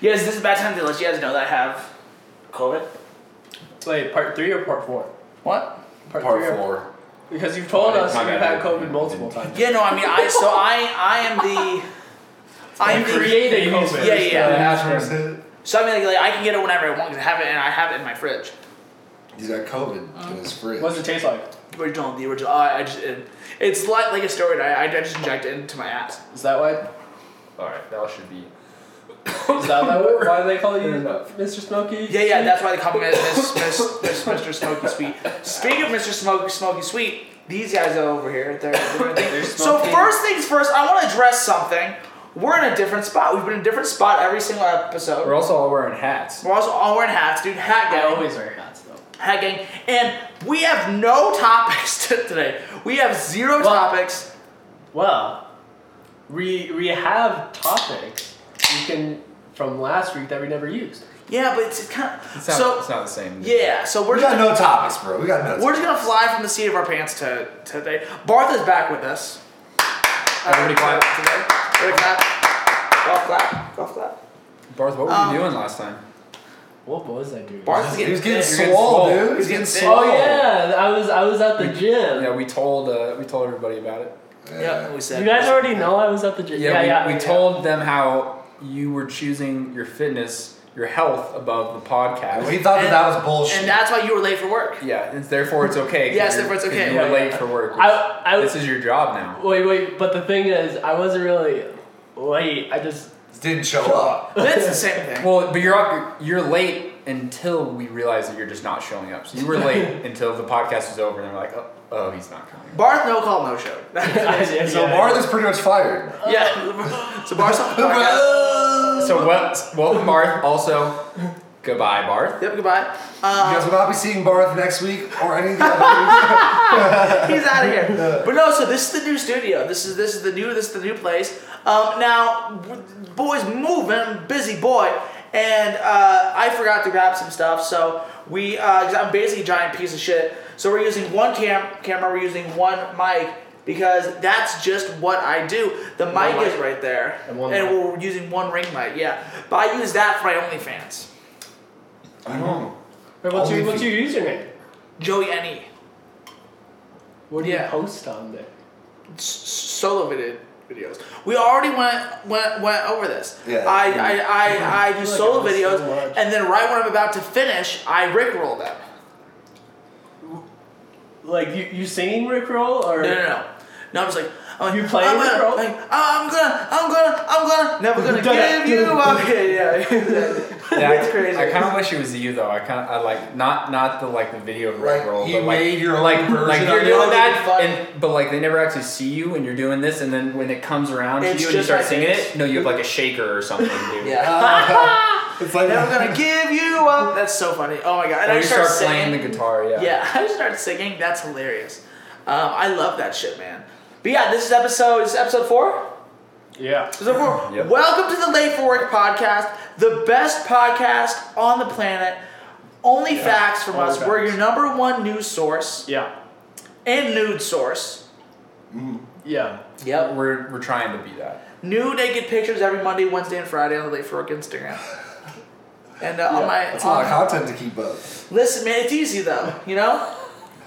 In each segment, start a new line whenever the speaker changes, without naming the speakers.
Yes, this is a bad time to let you guys know that I have COVID.
Wait, part three or part four?
What?
Part,
Part
three or-
four.
because you've told us
My
you've
bad.
had COVID multiple times.
Yeah, no, I mean, I so I I am the I'm the
Created COVID.
Yeah, yeah.
Ask her,
So I mean, like, like, I can get it whenever I want because I have it and I have it in my fridge.
He's got COVID in his fridge.
What's it taste like?
The original, the original. I, I just it, it's like like a steroid. I, I just inject it into my ass.
Is that why?
Alright, that should be.
Is that that way? Why do they call you
Fair enough.
Mr. Smoky?
Yeah, yeah. That's why they call me Miss, Miss, Miss, Mr. Smoky Sweet. Speaking of Mr. Smoky Smoky Sweet, these guys over here, they're, they're,
They're
so
smoking.
first things first. I want to address something. We're in a different spot. We've been in a different spot every single episode.
We're also all wearing hats.
We're also all wearing hats, dude. Hat
I
gang.
always wear hats though.
Hat gang. And we have no topics to- today. We have zero
Well-
topics.
Well, we we have topics we can from last week that we never used.
Yeah, but it's kind of
It's not,
so.
it's not the same.
yeah, so we're
we
just
got no topics, bro. We got no.
we're
Topics.
just gonna fly from the seat of our pants to today. Bartha's back with us. Uh,
Everybody clap.
Today. Everybody clap. Golf clap. Golf clap.
Barth, what were
Um,
you doing last time?
What was I doing?
Bartha's
He
getting.
was getting
You're getting
swole,
swole.
dude. He
He's
was getting
getting thick.
swole.
Oh yeah, I was I was at the gym.
Yeah, we told uh, we told everybody about it.
yeah, we said.
You guys already know I was at the gym.
Yeah,
yeah,
we,
yeah,
we
yeah.
told them how you were choosing your fitness, your health above the podcast.
And we thought that
And-
that was bullshit.
And that's why you were late for work.
yeah, and therefore it's okay. 'cause
Yes,
you're-
therefore it's
'cause
okay.
You were
Yeah,
late
yeah.
for work.
I,
which-
I
this is your job now.
wait wait, but the thing is, I wasn't really late. I just
Didn't show up.
That's the same thing.
Well, but you're up, you're late until we realize that you're just not showing up. So you were late until the podcast was over, and they're like, oh, oh he's not coming.
Barth no call no show.
I, yeah,
So Martha's pretty much fired.
yeah. So Barth's on the podcast.
So wel- welcome Barth. Also, goodbye Barth.
Yep. Goodbye. Um,
You guys will not be seeing Barth next week or any of the other weeks.
He's out of here. But no, so this is the new studio. This is this is the new this is the new place. Um, now, w- boys moving, busy boy, and uh, I forgot to grab some stuff. So we, uh, 'cause I'm basically a giant piece of shit. So we're using one cam camera, we're using one mic because that's just what I do. The mic
mic.
is right there,
And
and,
one mic.
we're using one ring mic. Yeah, but I use that for my OnlyFans.
I know.
Wait, what's, your,
Only
what's your username?
Joey E. Ne.
What do you
Yeah.
post on there?
s- solo vid- videos. We already went went, went over this.
Yeah.
I I, I, I do
feel like
solo
I missed
videos,
so much.
and then right when I'm about to finish, I rickroll them.
Like you, you singing Rickroll or
No, no, no. No, I'm just like. I'm like,
You playing
I'm gonna,
Rickroll?
like, oh, I'm gonna, I'm gonna, I'm gonna, never gonna
Da-da.
give you up. Yeah, yeah.
Yeah,
That's
I-
crazy.
I kind of wish it was you though. I kind of I like not not the like the video of
Like,
Rick roll,
you
but like
made your own
like like
version
you're
of
it.
doing that,
Fun.
and but like they never actually see you when you're doing this, and then when it comes around to
It's
you and you
just
start
like
singing
this.
it, no, you have like a shaker or something, dude.
yeah.
It's like
Never gonna give you up. That's so funny. Oh my god. And
Or
I
you start,
start, singing.
playing the guitar, yeah.
Yeah, I started singing. That's hilarious. Um, I love that shit, man. But yeah, this is episode. This is episode four.
Yeah.
Episode four.
Yep.
Welcome to the Late for Work podcast, the best podcast on the planet. Only facts from
only
us. We're
facts.
your number one news source
Yeah.
and nude source.
Yeah.
Yep.
We're we're trying to be that.
New naked pictures every Monday, Wednesday, and Friday on the Late for Work Instagram. And uh, on my
That's a
on-
lot of content to keep up.
Listen, man, it's easy though, you know.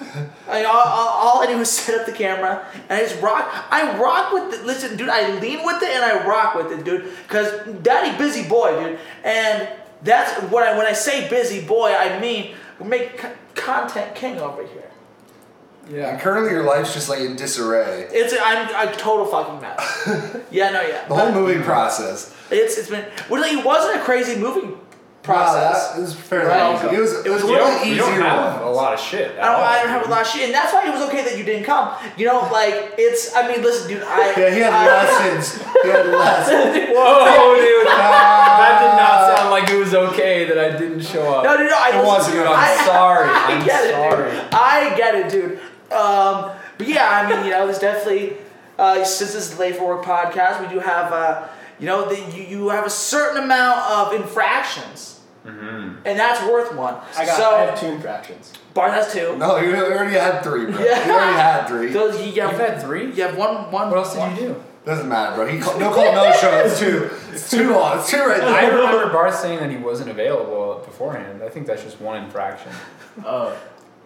I mean, all, all, all I do is set up the camera and I just rock. I rock with it. Listen, dude, I lean with it and I rock with it, dude. Cause daddy busy boy, dude. And that's what I when I say busy boy, I mean make c- content king over here.
And currently, your life's just like in disarray.
It's I'm a total fucking mess. yeah, no, yeah.
The whole
But
moving process.
it's it's been. Well, like, it wasn't a crazy moving process.
Wow, that is fairly
Right.
easy. It was, it was
You
one of
don't,
the
you
easier
don't have a
ones.
lot of shit. at
I don't,
all,
I don't have a
dude.
lot of shit, and that's why it was okay that you didn't come. You know, like it's. I mean, listen, dude. I
Yeah, he had
I,
lessons. He had lessons.
Whoa, Oh, dude! that did
Ah.
not sound like it was okay that I didn't show up.
No, no, no. I
It wasn't
listen,
good. I'm
I-
sorry.
I
I'm
get
sorry.
it, dude. I get it, dude. Um, but yeah, I mean, you know, there's definitely uh, since this is the late for work podcast, we do have uh, you know, the, you you have a certain amount of infractions,
Mm-hmm.
and that's worth one.
I got
so
I have two infractions.
Bart has two.
No, you already had three, bro. You
Yeah.
already had three.
Those you have
You've had three?
You have one one.
What else did
one-
you do?
Doesn't matter, bro. He called, no call, no show. It's two. It's two on. It's two right
I
there.
remember Barth saying that he wasn't available beforehand. I think that's just one infraction.
Oh,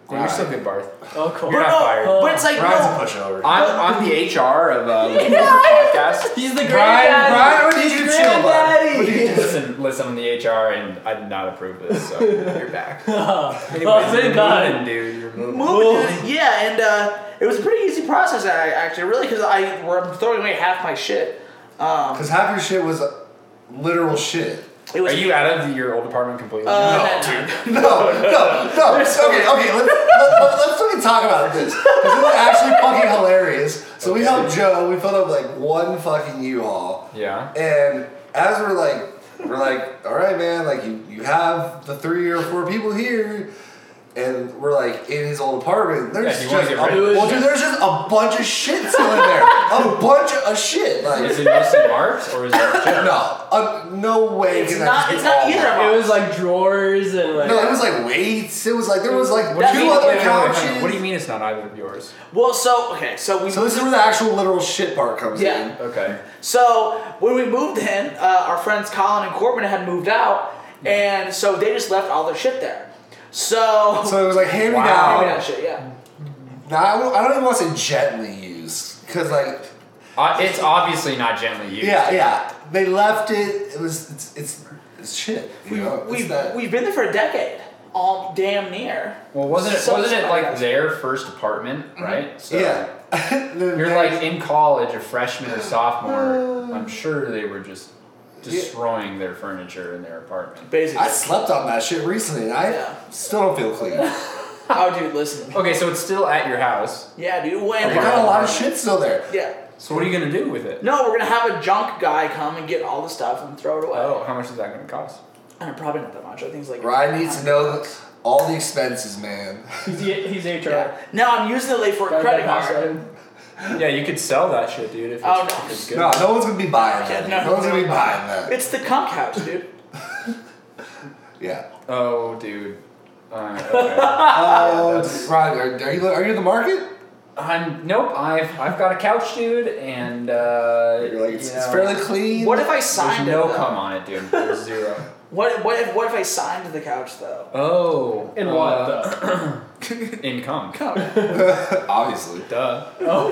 Well, you're still good, Barth.
oh, cool.
You're
But
not fired.
no, but it's like
Brian's
no.
a pushover.
I'm, I'm the HR of uh, Looking Over podcast.
He's the
Brian,
granddaddy.
Brian, what did you chill, bud?
listen, listen, I'm the HR, and I did not approve this, so you're back. Anyways,
Well, thank
you're
God.
moving, dude. You're moving.
Moving, dude. yeah, and uh, it was a pretty easy process I- actually, really, because I were throwing away half my shit. Um,
Because half your shit was literal shit.
it was
Are you out of your old apartment completely?
Uh,
No,
that-
dude. No, no, no. Okay, okay. Let's, let, let's fucking talk about this. This is actually fucking hilarious. So we helped Joe. We filled up like one fucking U-Haul.
yeah.
And as we're like, we're like, all right, man, like you, you have the three or four people here, and we're like in his old apartment. There's
Yeah, he wanted
just
to
a,
get rid of
it.
well, dude, there's just a bunch of shit still in there. a bunch of shit.
Is
Like
it mostly marks or is it
no, uh, no way.
It's
can that
not-
just be
it's not
all
either
that.
of
It was like drawers and like.
No, it was like weights. It was like there was like
What do, you
two
mean,
other
wait, wait, wait,
couches.
wait, what do you mean it's not either of yours?
well, so okay, so we
So this is where the actual literal shit part comes
Yeah.
in.
Okay.
So when we moved in, uh, our friends Colin and Corbin had moved out, and so they just left all their shit there. So,
So um, it was like hand me
Wow.
Maybe
down.
that shit, yeah.
Now I don't- I don't even want to say gently used because like
Uh, it's obviously not gently used.
yeah yeah they left it. It was it's it's, it's shit. You
We,
know? It's
we've,
that-
we've been there for a decade, all damn near.
Well, wasn't it
So-
wasn't it like their first apartment, right? So
yeah. The
You're
next-
like in college, a freshman or sophomore. I'm sure they were just destroying their furniture in their apartment.
Basically.
I slept on that shit recently. and I
Yeah.
still don't feel clean. I
oh, dude, listen.
Okay, so it's still at your house.
Yeah, dude, when?
Okay.
got a lot of shit still there.
Yeah.
So what are you gonna do with it?
No, we're gonna have a junk guy come and get all the stuff and throw it away.
Oh, how much is that gonna cost?
And Uh, probably not that much. I think it's like.
Ryan needs to know all the expenses, man.
He's, he's HR.
Yeah. Now I'm using the late for a
Got
credit
that house
card.
item.
Yeah, you could sell that shit, dude. If it's,
Oh, no.
if it's good.
No, no one's gonna be buying
Yeah,
that.
no,
No, one's gonna be
no.
buying that.
It's the Kunk house, dude.
Yeah.
Oh, dude. Uh, okay.
Oh,
that's-
Ryan, are, are you are you in the market?
I'm nope. I've I've got a couch, dude, and uh,
You're like, it's,
you
it's
know,
fairly clean.
What if I
There's
signed
no
it? though?
cum on it, dude. There's zero.
What, what, if, what if I signed the couch though?
Oh.
In
uh,
what though?
In cum.
Come.
Obviously.
Duh.
Oh,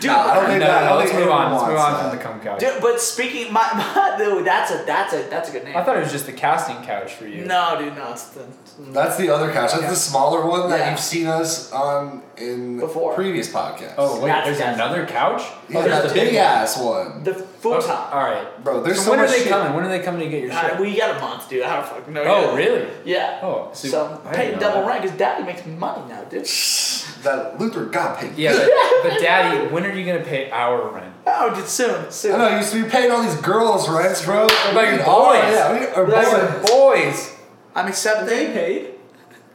Dude,
No, I don't
No,
think
no,
that. I don't
let's
think
move
anyone
on. Let's move
wants
on
that.
from the cum couch.
dude, but speaking my, my dude, that's a that's a that's a good name.
I thought it was just the casting couch for you.
no, dude, no, it's the
That's the other couch. That's the smaller one that
Yeah.
you've seen us on in
Before.
previous podcasts.
Oh wait,
That's
there's
casting.
another couch.
yeah,
oh, there's
that
the
big
one.
ass one.
the futon.
Oh, All right.
Bro, there's
so,
so
when
much
are they
shit.
coming? When are they coming to get your shit?
Uh, we got a month, dude. I don't fucking know.
oh
yet.
really?
Yeah.
Oh, so,
so,
I
pay
didn't know
double
that.
rent because daddy makes money now, dude.
That Luther got paid.
Yeah, but, but daddy, when are you gonna pay our rent?
Oh, dude, soon,
I
soon.
know, you used to be paying all these girls rents, bro.
Like
Oh,
boys.
Yeah, we, or
Like
boys.
boys.
I'm accepting.
they paid.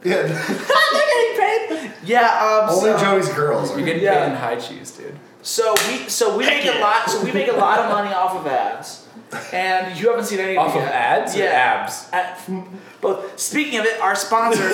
Yeah,
They're getting paid. Yeah. Um.
only
so,
Joey's girls.
You're getting
Yeah.
paid in high shoes, dude.
so we so we make a lot so we make a lot of money off of ads, and you haven't seen any
Off
it
of
yet.
ads or
Yeah.
abs?
At, but speaking of it, our sponsor,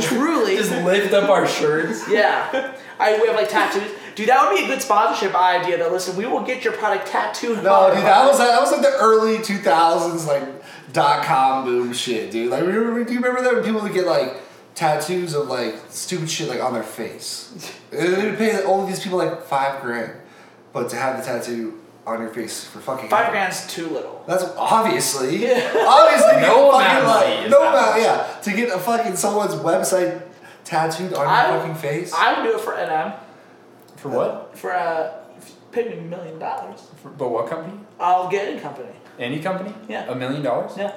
truly,
Just lift up our shirts.
yeah, I we have like tattoos. Dude, that would be a good sponsorship idea. Though, listen, we will get your product tattooed.
No,
on
dude,
our
that was that was like the early two thousands like dot com boom shit, dude. Like, remember, do you remember that when people would get like tattoos of like stupid shit like on their face? And they would pay all of these people like five grand, but to have the tattoo on your face for fucking
Five grand's too little.
That's obviously obviously to get
No
a fucking
amount of money
like,
is
no
that
amount,
much.
yeah, to get a fucking someone's website tattooed on
I-
your fucking face.
I would do it for NM
For what?
for uh, if you pay me a million dollars.
For, but what company?
I'll get in company.
Any company?
Yeah.
A million dollars?
Yeah.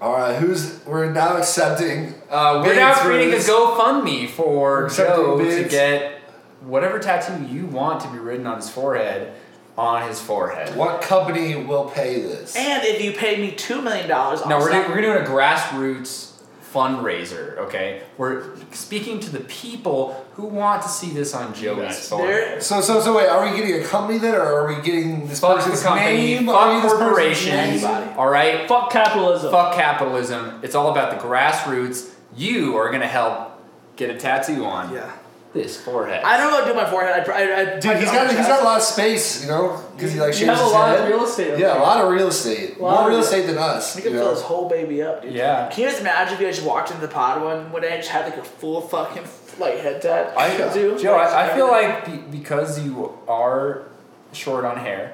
all right, who's we're now accepting
Uh, we're
Bids
now
for
creating a
this.
GoFundMe for
Accepting
Joe to
bids.
get whatever tattoo you want to be written on his forehead on his forehead.
what company will pay this?
And if you pay me two million dollars,
No, we're, do, we're doing a grassroots fundraiser, okay? We're speaking to the people who want to see this on Joe's
guys.
forehead.
So so so wait, are we getting a company then, or are we getting this
Fuck the
person's
company,
name? Are we
fuck
this person's
corporations,
name?
name?
alright?
Fuck capitalism.
Fuck capitalism. It's all about the grassroots. You are gonna help get a tattoo on.
yeah.
This forehead.
I don't know. Do my forehead. I, pr- I, I
Dude, he's got he's got a lot of space, you know, because he like
You
shaves
have a
his
lot of
head.
real estate. up
yeah,
there.
a lot of real
Lot
estate. More
of
real
real-
estate than us.
He
You
can fill
know?
his whole baby up, dude.
Yeah.
Can you just imagine if you just walked into the pod one one day and just had like a full fucking like head tat?
I,
dude.
Joe, I, I feel like be, because you are short on hair,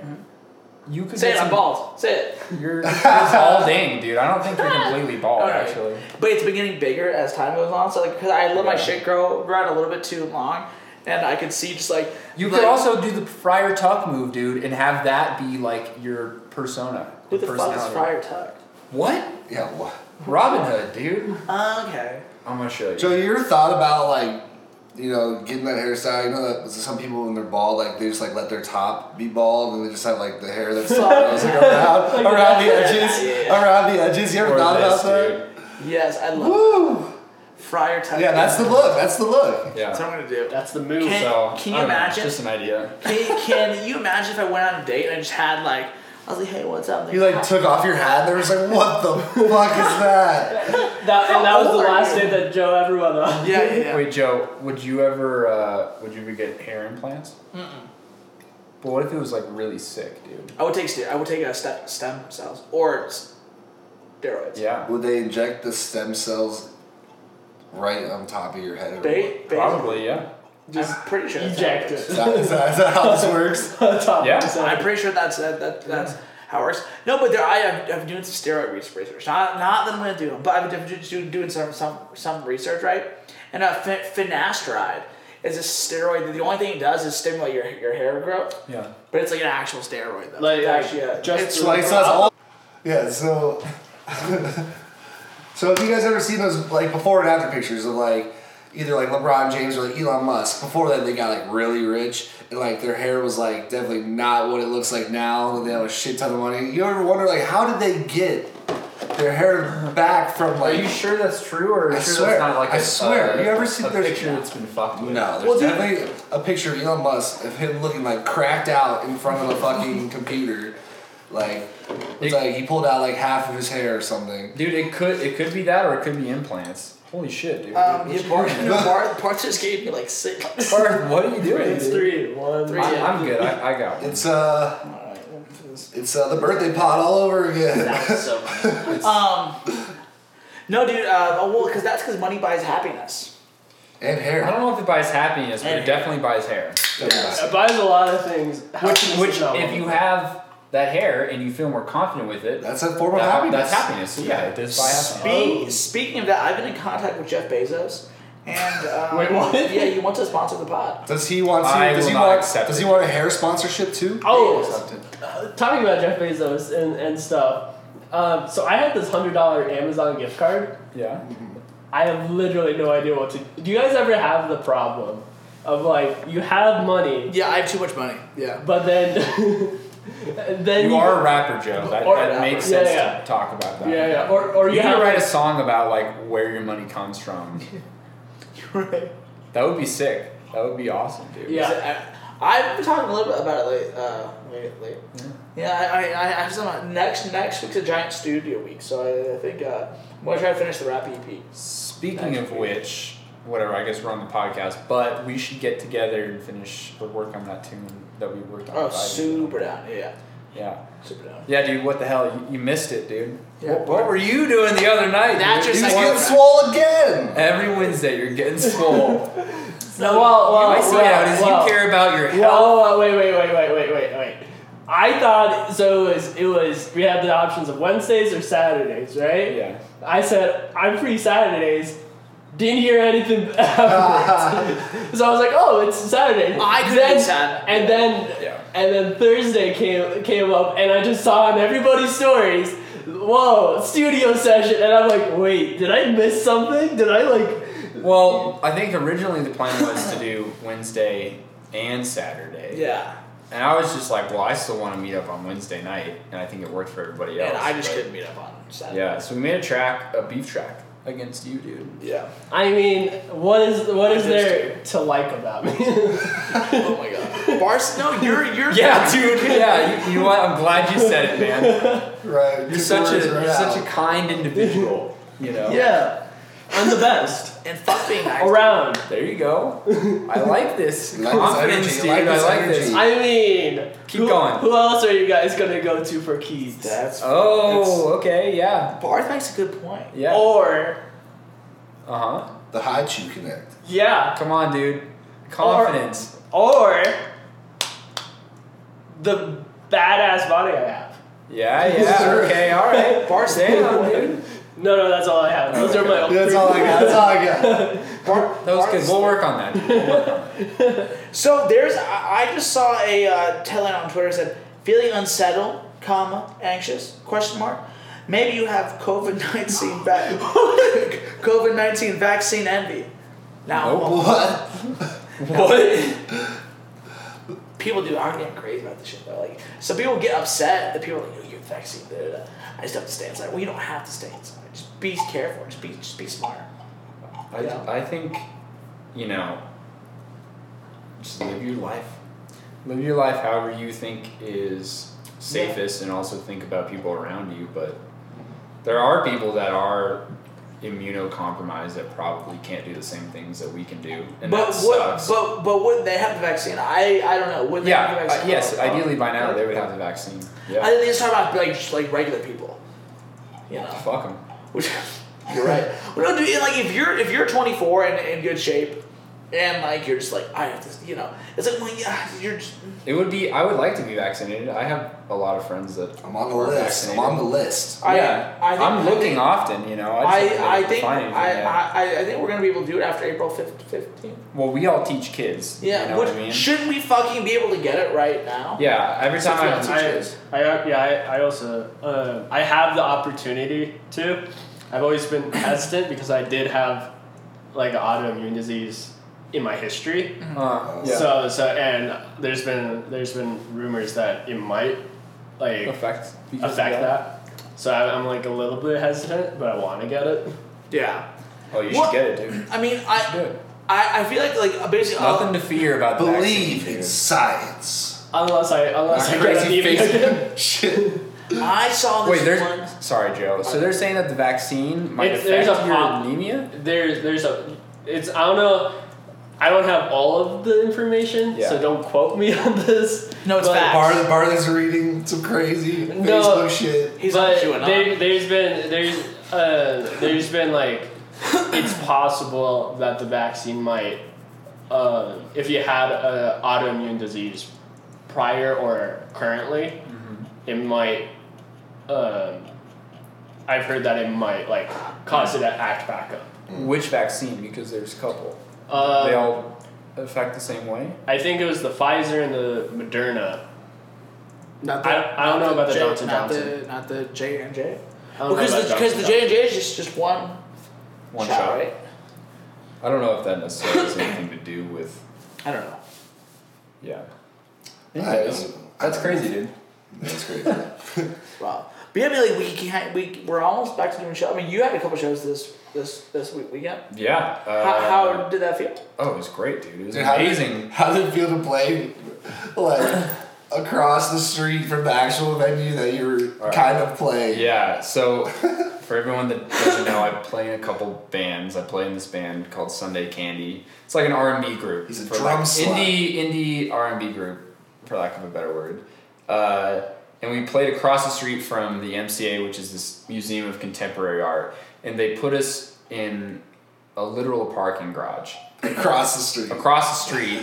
you could
say
get
it. I'm
some-
bald. Say it.
You're, you're balding, dude. I don't think you're completely bald,
All right.
actually.
But it's been getting bigger as time goes on. So like, because I let my
Yeah.
shit grow grow out a little bit too long, and I could see just like
You
like,
could also do the Friar Tuck move, dude, and have that be like your persona.
who the fuck is
personality.
Friar Tuck?
What?
Yeah. Well,
Robin Hood, dude.
Okay.
I'm gonna show you.
Joe, you ever thought about like, you know, getting that hairstyle? You know that some people when they're bald, like they just like let their top be bald and they just have like the hair that's like, around
Like
around the
that.
edges,
Yeah.
around the edges. You ever
Or
thought
this,
about that?
dude.
Yes, I love
Woo!
Friar Tuck.
Yeah, that's the look. That's the look.
That's what
Yeah.
I'm gonna do.
That's the move.
Can-
So
you
I don't know,
imagine?
Just an idea.
Can, can you imagine if I went on a date and I just had like I was like, hey, what's up?
You like took off your hat and they was like, what the fuck is that?
That, and that was
How
the
old are
last
you?
day that Joe ever went on.
yeah, yeah, yeah.
Wait, Joe, would you ever uh, would you ever get hair implants? Mm-mm. But what if it was like really sick, dude?
I would take st- I would take a stem stem cells or s- steroids.
Yeah.
Would they inject the stem cells right on top of your head? or
Ba- ba-
Probably, yeah.
I'm pretty sure. that's how
Eject
what? Is
it.
that, is, that, is that how this works?
On top
Yeah.
of his
I'm
head.
pretty sure that's that, that that's how it works. No, but there I have I've been doing some steroid research- research. Not not that I'm gonna do them, but I've been doing- doing, doing some some some research right. And uh, fin- finasteride is a steroid. that The only thing it does is stimulate your your hair growth.
Yeah.
But it's like an actual steroid though.
Like,
it's
like,
actually a,
just
it's
So like, so that's all. Yeah. So. so have you guys ever seen those like before and after pictures of like either like LeBron James or like Elon Musk? Before that, they got like really rich and like their hair was like definitely not what it looks like now. And they have a shit ton of money. You ever wonder like how did they get their hair back from
Are
like?
you sure that's true, or are you
I
sure
swear,
that's not like
I
a
swear.
a-
You ever seen
a
there's-
picture that's been fucked with?
no, there's
Well, dude-
definitely a picture of Elon Musk of him looking like cracked out in front of a fucking computer. Like, it's
It-
like he pulled out like half of his hair or something.
Dude, it could it could be that, or it could be implants. Holy shit, dude.
Um,
What
yeah,
you
Bart,
doing?
you know, Bart, Bart just gave me like six.
Barb, what are you doing?
It's
dude?
three. One.
Three.
I, I'm good. I, I got one.
It's uh, it's uh, the birthday pot all over again.
That was so funny. um, no, dude. Uh, well, because that's because money buys happiness.
and
I
hair.
don't know if it buys happiness, but
And-
it definitely buys hair.
It buys a lot of things.
Which,
Happiness
which
is not one
if
of
you
them.
have that hair and you feel more confident with it,
That's a form of
that-
happiness.
That's happiness. So yeah, it does buy happiness.
Be, Speaking of that, I've been in contact with Jeff Bezos, and um,
Wait, what?
Yeah, you want to sponsor the pod?
Does he want? To,
I
does
will
he
not
want?
accept
Does
it.
he want a hair sponsorship too?
Oh,
Accepted.
talking about Jeff Bezos and, and stuff. Um, so I had this hundred dollar Amazon gift card.
Yeah.
I have literally no idea what to. Do you guys ever have the problem of like you have money,
Yeah, I have too much money. Yeah.
but then then
You are a rapper, Joe. That,
Or-
that makes
Yeah,
sense
yeah.
to talk about that.
yeah yeah or or
You,
you,
could
have
write a song about like where your money comes from.
Right.
That would be sick. That would be awesome, dude.
Yeah.
I, have been talking a little bit about it late, uh, late, late. Yeah, I, I, I have some uh, next next week's a giant studio week, so I, I think uh, I'm gonna try to finish the rap E EP.
Speaking
That's
of
weird.
which, whatever, I guess we're on the podcast, but we should get together and finish or work on that tune that we worked on.
Oh,
with Ivy.
super down. Yeah,
Yeah.
super down.
Yeah, dude, what the hell? You, you missed it, dude.
Yeah,
what, what were you doing the other night?
That's
dude?
your
You
second-
want-
Getting swole again.
Every Wednesday, you're getting swole.
no well well
I see
well,
how it is.
well.
You care about your health.
Well, wait, wait, wait, wait, wait, wait, wait. I thought so. It was, it was we had the options of Wednesdays or Saturdays, right?
Yeah.
I said I'm free Saturdays. Didn't hear anything afterwards, so I was like, "Oh, it's Saturday."
I could
Then-
be Saturday.
and then
Yeah.
and then Thursday came came up, and I just saw on everybody's stories, "Whoa, studio session!" And I'm like, "Wait, did I miss something? Did I like?"
Well, I think originally the plan was to do Wednesday and Saturday.
Yeah,
And I was just like, well, I still want to meet up on Wednesday night, and I think it worked for everybody else.
and I just
but-
couldn't meet up on Saturday.
Yeah, so we made a track, a beef track against you, dude.
Yeah.
I mean, what is what is
I just
there to like about me?
Oh my god. Bars. No, you're you're.
Yeah, dude. Yeah, you, you know what? I'm glad you said it, man.
Right.
You're such a
right
you're such
out.
a kind individual. You know.
yeah, I'm the best.
and fuck being nice.
around.
There you go. I like this
You like this
confidence,
energy,
dude.
you like
I
this
like
energy.
this.
I mean,
Keep
who,
going.
Who else are you guys gonna go to for keys?
That's
Oh, okay, yeah,
Barth makes a good point.
yeah.
Oh. Or
Uh huh.
The Hachu Connect.
yeah,
Come on, dude. Confidence.
or the badass body I have.
Yeah, yeah.
Sure.
Okay, all right.
Bart's
Damn, dude.
No, no, that's all I have. Those are my.
That's all I got. That's all I got.
Barth,
That was good. We'll work on that. dude. We'll work on that.
So there's, I I just saw a uh, headline on Twitter that said, "Feeling unsettled, comma anxious?" Question mark. Maybe you have COVID nineteen vac- COVID nineteen vaccine envy. Now
Nope.
What?
What?
people do. I'm getting crazy about this shit though. Like some people get upset that people are like, "Oh, you're vaccinated." da, da, da." I just have to stay inside. Well, you don't have to stay inside. Just be careful. Just be, just be smart.
I, I think, you know, just live your life. Live your life however you think is safest, and also think about people around you. But there are people that are immunocompromised that probably can't do the same things that we can do, and
but
that
what?
sucks.
But but wouldn't they have the vaccine? I I don't know. Wouldn't they have
yeah,
the
uh,
vaccine?
yes. Ideally, by now they would have the vaccine. Yeah.
I think they just talk about like just, like regular people. You know.
Fuck them.
Which, you're right. Well, no, dude, like if you're if you're 24 and in good shape, and like you're just like I have to, you know, it's like well, yeah, you're just,
It would be. I would like to be vaccinated. I have a lot of friends that.
I'm on the
are
list. I'm
vaccinated.
on the list.
I,
yeah,
I think,
am looking
I, think-
often. You know, I just
I, I
haven't been able to
think
find anything
I,
yet.
I, I think we're gonna be able to do it after April 15th.
Well, we all teach kids.
Yeah,
you know
which,
what I mean.
shouldn't we fucking be able to get it right now?
yeah, every time
Six
I, uh,
months.
I, I yeah, I, I also uh, I have the opportunity to. I've always been hesitant because I did have like an autoimmune disease in my history.
uh, yeah,
Mm-hmm. So so and there's been there's been rumors that it might like
affect because of
affect that. So I, I'm like a little bit hesitant, but I want to get it.
Yeah.
Oh, you
What?
should get it, dude.
I mean,
You
I,
should.
I, I feel like like basically uh, all-
Nothing to fear about the
Believe
vaccine,
in
dude.
science.
Unless I unless I get
Crazy
an even.
face. Shit.
I saw this
Wait, there's
one.
sorry, Joe. So they're saying that the vaccine might
It's-
affect
there's a
your
pop-
anemia.
There's there's a it's I don't know. I don't have all of the information,
Yeah.
so don't quote me on this.
No, it's
but-
facts.
Bar- Barley's reading some crazy
No.
Facebook shit.
He's
but
on QAnon.
there, there's been there's uh, there's been like it's possible that the vaccine might uh, if you had an autoimmune disease prior or currently it might um, I've heard that it might like cause it to act back up.
Which vaccine? Because there's a couple. they
Um,
all affect the same way.
I think it was the Pfizer and the Moderna.
Not
I don't- I don't know about the Johnson
not
Johnson.
The, not the J and J.
I don't know
Because
about
the
Johnson
because the
Johnson.
J and J is just just one,
One
shot,
shot.
right?
I don't know if that necessarily has anything to do with.
I don't know.
Yeah.
That is-
That's crazy, dude.
That's crazy.
Wow. But yeah, I mean, like we can we we're almost back to doing show. I mean, you had a couple shows this this this week weekend.
Yeah. Uh,
How, how did that feel?
Oh, it was great, dude. It was
Dude, how did-
amazing.
How did it feel to play like across the street from the actual venue that you were
Alright.
kind of playing?
Yeah. So, for everyone that doesn't know, I play in a couple bands. I play in this band called Sunday Candy. It's like an R and B group.
He's a
for
drum
lack-
slut.
indie indie R and B group, for lack of a better word. Uh, and we played across the street from the MCA, which is this Museum of Contemporary Art, and they put us in a literal parking garage
Across the street.
across the street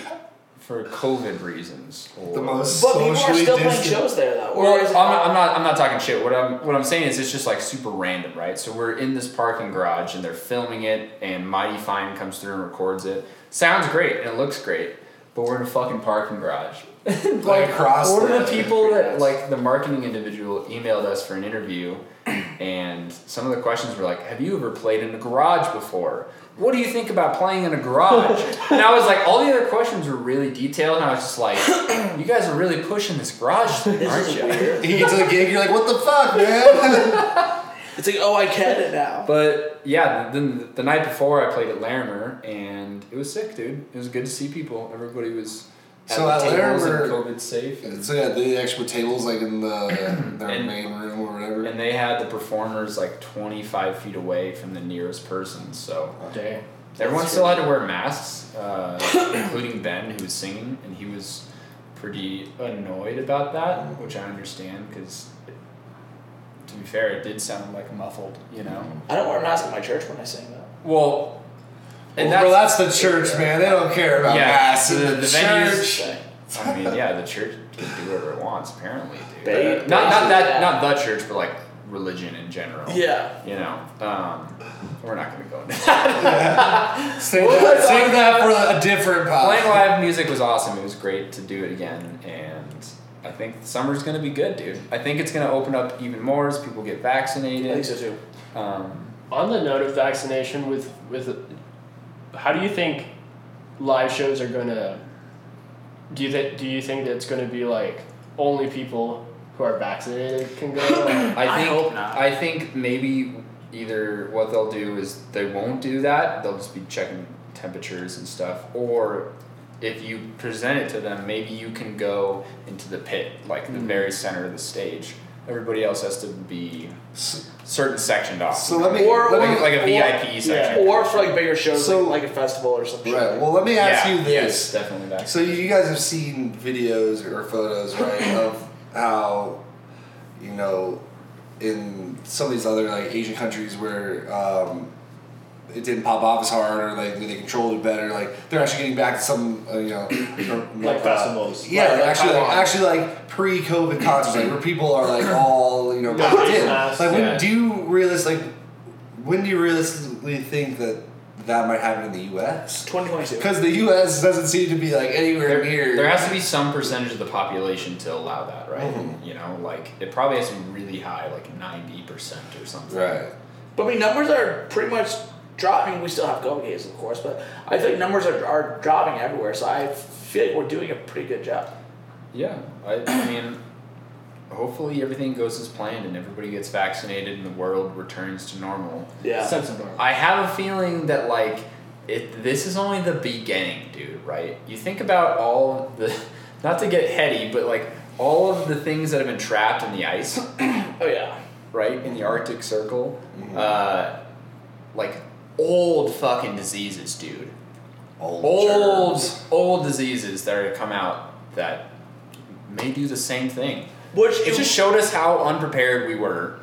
for COVID reasons.
The
or-
most
But people are
socially
still playing
distant.
shows there though.
Well,
Or
I'm
is it
not, I'm not. I'm not talking shit. What I'm what I'm saying is it's just like super random, right? So we're in this parking garage and they're filming it, and Mighty Fine comes through and records it. Sounds great and it looks great, but we're in a fucking parking garage.
Like across
One of
the-
the people that like the marketing individual emailed us for an interview, and some of the questions were like, "Have you ever played in a garage before?" What do you think about playing in a garage? and I was like, all the other questions were really detailed, and I was just like, you guys are really pushing this garage thing, aren't you?
You get to the gig, you're like, what the fuck, man?
It's like oh, I get it now.
But yeah, then the, the night before I played at Larimer, and it was sick, dude. It was good to see people. Everybody was at
So
the
at
tables
Larimer-
and COVID safe, and,
so yeah, the actual tables like in the their
And-
main room or whatever.
and they had the performers like twenty five feet away from the nearest person. So
Dang.
Everyone
That's
still
true.
had to wear masks, uh, including Ben, who was singing, and he was pretty annoyed about that, which I understand because, to be fair, it did sound like muffled, you know.
Mm-hmm.
I don't wear a mask at my church when I sing though.
Well, and
well,
that's,
that's the church, man. They don't care about
Yeah,
masks.
the-
in
the venues-
church.
Okay.
I mean, yeah, the church can do whatever it wants, apparently, dude.
They-
Uh, not not
they-
that not the church, but like religion in general.
Yeah.
You know, um, we're not gonna go into that.
Save
What
that,
was I
save that for a different
Playing
podcast.
live music was awesome. It was great to do it again, and I think summer's gonna be good, dude. I think it's gonna open up even more as people get
I think
vaccinated.
so too.
Um,
On the note of vaccination, with with, how do you think live shows are gonna? Do you think do you think that it's gonna be like only people who are vaccinated can go? Like,
I
I
think
hope not.
I think maybe either what they'll do is they won't do that. They'll just be checking temperatures and stuff, or if you present it to them, maybe you can go into the pit, like
Hmm.
the very center of the stage. Everybody else has to be
S-
certain sectioned off.
So let me.
Or-
let me
like, like a
or-
VIP section.
Or for like bigger shows,
So-
like, like a festival or something.
right. Well, let me ask
yeah,
you this.
Yes, definitely back.
So you guys have seen videos or photos, right, of how, you know, in some of these other like Asian countries where um, it didn't pop off as hard or like they controlled it better, like they're actually getting back to some, uh, you know, uh,
Like festivals.
Yeah,
Like- like
actually, like,
Taiwan.
actually, like pre-COVID concerts, like where people are like all you know locked in.
masks,
Like,
yeah.
when do you realis like, when do you realistically think that that might happen in the U.S.
Twenty twenty two.
Because the U.S. doesn't seem to be like anywhere
There,
near.
there has to be some percentage of the population to allow that, right?
Mhm.
You know, like it probably has to be really high, like ninety percent or something.
right.
But I mean, numbers are pretty much dropping. We still have COVID cases, of course, but I think numbers are, are dropping everywhere. So I feel like we're doing a pretty good job.
Yeah, I, I mean, hopefully everything goes as planned and everybody gets vaccinated and the world returns to normal.
Yeah.
Sense of normal.
I have a feeling that like it, this is only the beginning, dude. Right? You think about all of the, not to get heady, but like all of the things that have been trapped in the ice.
oh yeah.
right in the Arctic Circle, uh, like old fucking diseases, dude.
Old.
Old
germs.
old diseases that are gonna come out that may do the same thing.
Which
It just showed us how unprepared we were.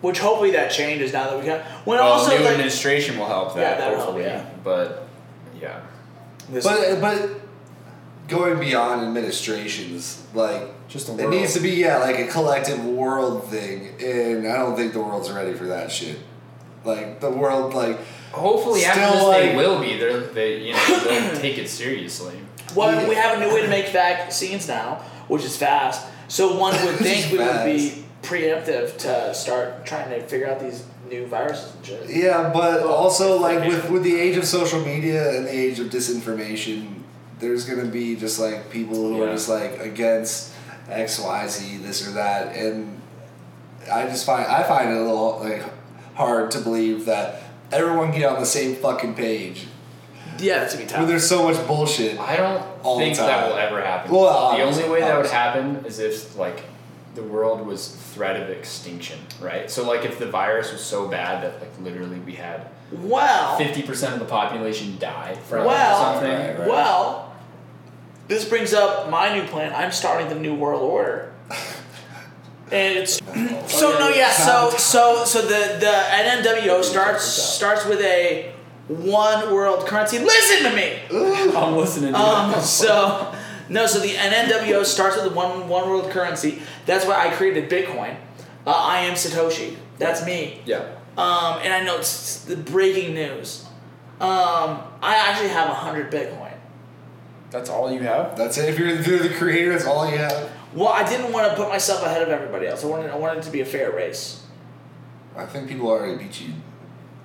which hopefully that changes now that we can. When
Well,
also
new
like,
administration will help
Yeah,
that,
that'll help,
hopefully.
yeah.
But yeah,
this-
But but going beyond administrations, like
just
it needs to be yeah, like a collective world thing, and I don't think the world's ready for that shit. Like the world, like
Hopefully, after this,
Still,
they
like-
will be. They're, they you know they'll take it seriously.
well, we have a new way to make vaccines now, which is fast. So one would
Which
think
is
we would
fast.
be preemptive to start trying to figure out these new viruses and shit.
yeah, but also like with with the age of social media and the age of disinformation, there's gonna be just like people who are
Yeah.
just like against X, Y, Z, this or that, and I just find I find it a little like hard to believe that everyone get on the same fucking page
Yeah, that's gonna be
when
tough.
there's so much bullshit.
I don't
All the
think
time.
that will ever happen.
Well,
the only
obviously,
way that would
obviously.
happen is if like the world was threat of extinction, right? So like if the virus was so bad that like literally we had
Wow.
fifty percent of the population die from it
Well,
or something.
right, right.
Well, this brings up my new plan. I'm starting the new world order. And it's
Oh,
so no yeah so so so the the NNWO starts starts with a one world currency. Listen to me.
I'm listening. To
Um, so no, so the NNWO starts with one one world currency. That's why I created Bitcoin. Uh, I am Satoshi. That's me.
yeah.
Um, and I know it's the breaking news. Um, I actually have hundred Bitcoin.
That's all you have.
That's it. If you're, if you're the creator, that's all you have.
Well, I didn't want to put myself ahead of everybody else. I wanted I wanted it to be a fair race.
I think people already beat you.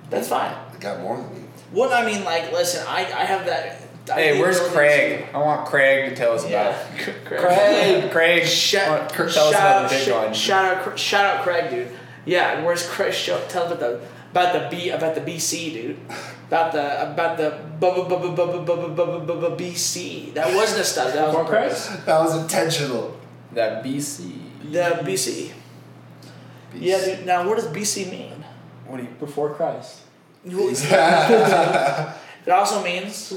That's fine.
They got more than me.
What I mean, like, listen, I, I have that. I
Hey,
have the
where's
ability
Craig? I want Craig to tell us
to- Yeah,
about.
Craig.
Craig, Craig,
Shout,
tell us
shout
about
out,
the
sh-
Bitcoin.
shout out, Cra- shout out, Craig, dude. Yeah, where's Craig? Show, tell us about the about the B about the BC, dude. About the about the bu- bu- bu- bu- bu- bu- bu- bu- bu- bu- bu- BC. That wasn't a stuff. That was on purpose.
That was intentional.
that BC.
The BC. Yeah, dude. Now, what does BC mean?
What do you before Christ?
You-
Yeah.
It also means.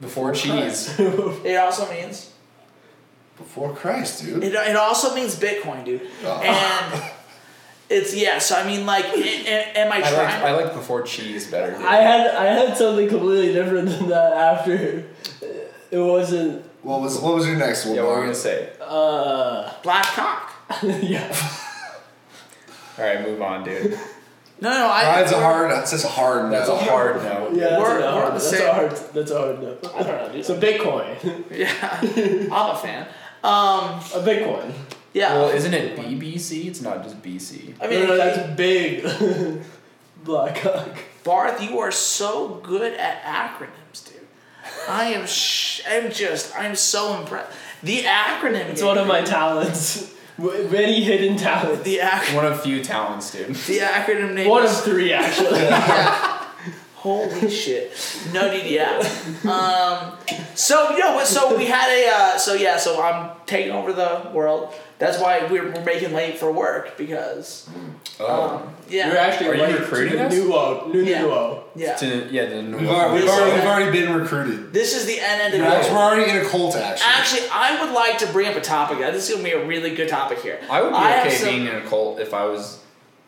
Before cheese.
It also means.
Before Christ, dude.
It, it also means Bitcoin, dude.
Oh.
And it's yeah. So I mean, like, a- a- am I
I like I
trying?
like before cheese better. dude.
I had I had something completely different than that after. It wasn't.
What was what was your next one?
yeah, what were we
Mark?
gonna say?
Uh,
Black cock.
yeah.
All right, move on, dude.
No, no. I.
Mine's a hard. It says hard.
That's a
no.
hard no.
Yeah, that's,
We're-
a
we're
hard,
the
that's
same.
a hard. That's a hard no. I don't know. Dude. So Bitcoin,
Yeah. I'm a fan. Um.
a Bitcoin.
Yeah.
Well, isn't it BBC? It's not just BC.
I mean,
no, no, that's big. Blackhawk.
Barth, you are so good at acronyms, dude. I am. Sh- I'm just. I'm so impressed. The acronym.
It's one of my talents. W- Many hidden talents.
The ac-
One of few talents, dude.
The acronym name.
one
is-
of three actually.
Holy shit. No need, yeah. Um, so, you know, what- so we had a, uh, so yeah, so I'm taking over the world. That's why we're, we're making late for work because,
Oh.
um,
You're
yeah.
actually
Are you
like
recruiting
the
us?
Nuo, new
Yeah.
Nuo.
Yeah.
To- yeah, the
We've already, we've, already,
Yeah.
we've already been recruited.
This is the end of
We're actually- we're
the
already in a cult action.
Actually, I would like to bring up a topic. This is going to be a really good topic here.
I would be
have
okay
some-
being in a cult if I was,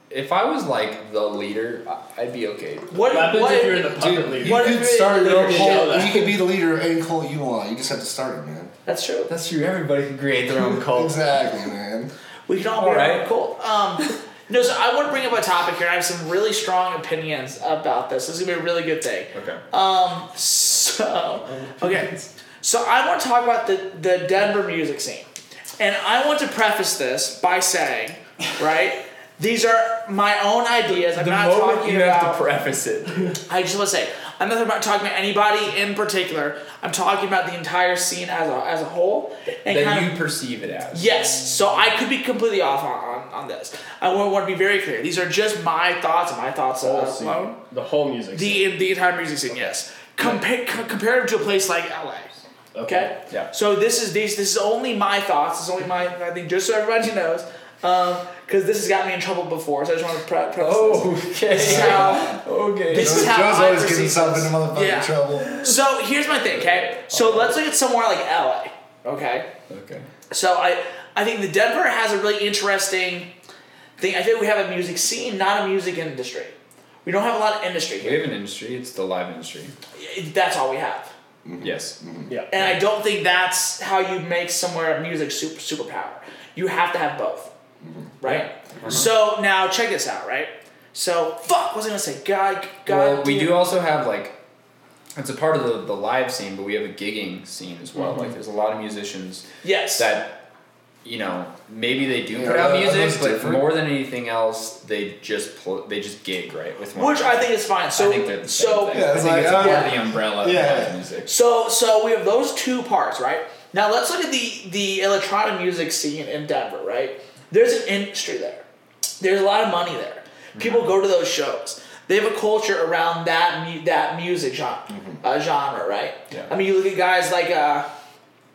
if I was like the leader. I- I'd be okay.
What,
What happens
what,
if you're the puppet
dude,
leader?
you
what
could
if it-
start your own
Yeah.
cult. You could be the leader of any cult you want. You just have to start it, man.
That's true.
That's true. Everybody can create their own cult.
Exactly, man.
We can all be
All
right.
right.
cool. Um, no, so I want to bring up a topic here. I have some really strong opinions about this. This is going to be a really good thing.
okay.
Um. So okay. So I want to talk about the the Denver music scene, and I want to preface this by saying, right. These are my own ideas. I'm
the
not
moment
talking
you
about.
have to preface it, dude.
I just want to say, I'm not about talking about anybody in particular. I'm talking about the entire scene as a, as a whole. And kind
that
of,
you perceive it as.
Yes, so I could be completely off on, on, on this. I want, want to be very clear. These are just my thoughts and my thoughts alone.
The whole music. scene.
The the entire music scene, yes. Compa- co- compared to a place like LA. Okay.
Yeah.
So this is these. This is only my thoughts. This is only my. I think just so everybody knows, because this has got me in trouble before. So I just want to pre- preface this.
okay.
Now,
okay.
This is
Joe's
how I
always
perceive
getting himself
this.
into motherfucking
Yeah.
trouble.
so here's my thing. Okay. So let's look at somewhere like LA. Okay.
Okay.
So I I think the Denver has a really interesting thing. I think we have a music scene, not a music industry. We don't have a lot of industry
We
here.
have an industry. It's the live industry.
That's all we have.
Yes.
yeah.
And I don't think that's how you make somewhere a music super superpower. You have to have both,
Mm-hmm.
right?
Uh-huh.
So now check this out, right? So fuck, what was I gonna say? God, God.
well, we
damn-
do also have like, it's a part of the, the live scene, but we have a gigging scene as well.
Mm-hmm.
Like, there's a lot of musicians
Yes.
that, you know, maybe they do
Yeah,
put
that-
out
that
music,
looks
but
different.
more than anything else, they just pl- they just gig right with one.
Which I think is fine. So
I think they're the same
so
thing.
Yeah,
I
it's
think
like,
it's part
uh,
of the umbrella of
yeah.
live music.
So so we have those two parts, right? Now let's look at the the electronic music scene in Denver, right? There's an industry there. There's a lot of money there. People go to those shows. They have a culture around that mu- that music genre, uh, genre, right?
Yeah.
I mean, you look at guys like uh,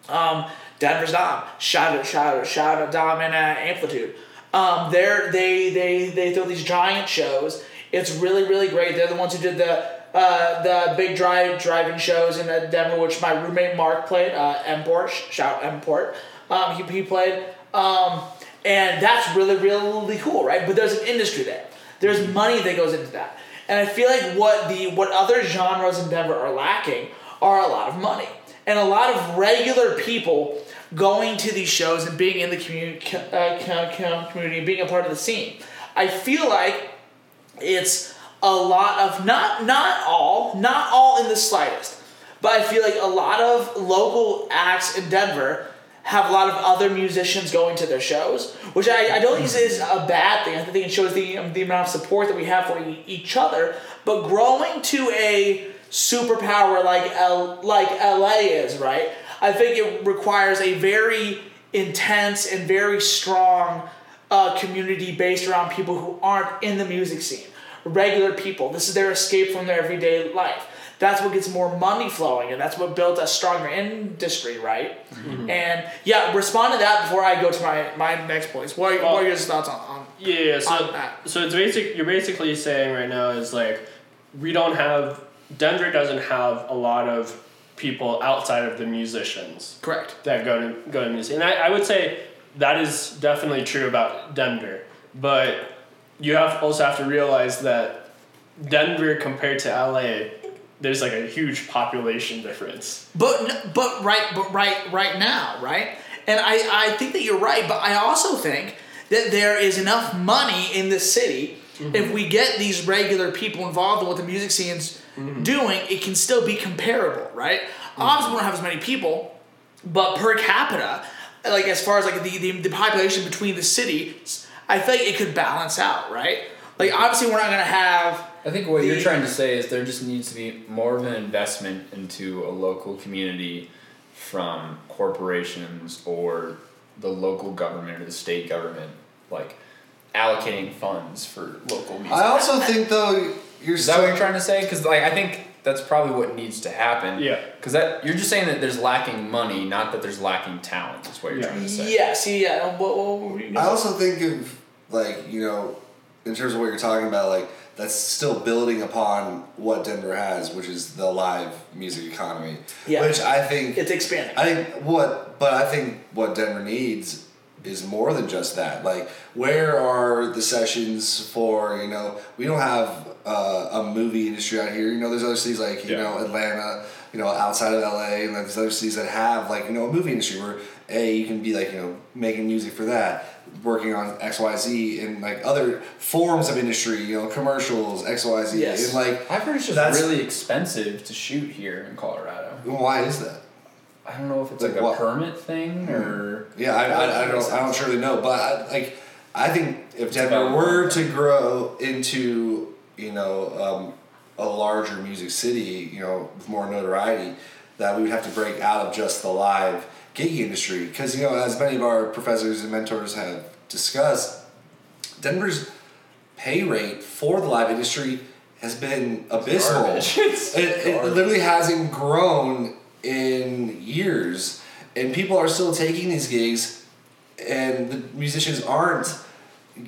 um, Denver's Dom, shout out, shout out, shout out, Dom and uh, Amplitude. Um, they're, they they they throw these giant shows. It's really really great. They're the ones who did the uh, the big drive driving shows in uh, Denver, which my roommate Mark played. Uh, Emport, sh- shout out Emport. Um, he he played. Um, and that's really really cool, right? But there's an industry there. There's money that goes into that, and I feel like what the what other genres in Denver are lacking are a lot of money and a lot of regular people going to these shows and being in the community, uh, com- com- community, being a part of the scene. I feel like it's a lot of not not all, not all in the slightest, but I feel like a lot of local acts in Denver have a lot of other musicians going to their shows, which I, I don't think is a bad thing. I think it shows the um, the amount of support that we have for e- each other. But growing to a superpower like L, like LA is, right? I think it requires a very intense and very strong uh, community based around people who aren't in the music scene. Regular people. This is their escape from their everyday life. That's what gets more money flowing, and that's what built a stronger industry, right? And yeah, respond to that before I go to my, my next points. What are, what are your thoughts on, on
Yeah, yeah, so
on that?
so it's basic. You're basically saying right now is like we don't have Denver doesn't have a lot of people outside of the musicians
Correct.
that go to go to music. And I, I would say that is definitely true about Denver. But you have also have to realize that Denver compared to LA, there's like a huge population difference.
But but right but right right now right, and I I think that you're right. But I also think that there is enough money in the city. If we get these regular people involved in what the music scene's doing, it can still be comparable, right? Obviously, we don't have as many people, but per capita, like as far as like the, the, the population between the cities, I feel like it could balance out, right? Like obviously, we're not gonna have
I think what
The-
you're trying to say is there just needs to be more of an investment into a local community from corporations or the local government or the state government, like allocating funds for local music.
I also think though you're
Is that
still
what you're trying to say? Because like I think that's probably what needs to happen.
Yeah.
Because that you're just saying that there's lacking money, not that there's lacking talent. Is what you're
Yeah.
trying to say.
yeah, see, yeah. What, what were you
I also think of like you know, in terms of what you're talking about, like that's still building upon what Denver has, which is the live music economy.
Yeah.
Which I think
it's expanding.
I think what, but I think what Denver needs is more than just that. Like, where are the sessions for? You know, we don't have uh, a movie industry out here. You know, there's other cities like you
Yeah.
know Atlanta. You know, outside of LA, and there's other cities that have like you know a movie industry where a you can be like you know making music for that, working on X Y Z and like other forms of industry. You know, commercials X Y Z
Yes.
and like
I've heard it's just
That's-
really expensive to shoot here in Colorado.
why is that?
I don't know if it's
Like
like, a
what?
permit thing or
Yeah, I, I, I don't I don't truly know, but I, like I think if Denver
about-
were to grow into you know um, a larger music city, you know, with more notoriety, that we would have to break out of just the live gig industry because you know as many of our professors and mentors have discussed, Denver's pay rate for the live industry has been abysmal.
Garbage.
It, it literally hasn't grown in years, and people are still taking these gigs, and the musicians aren't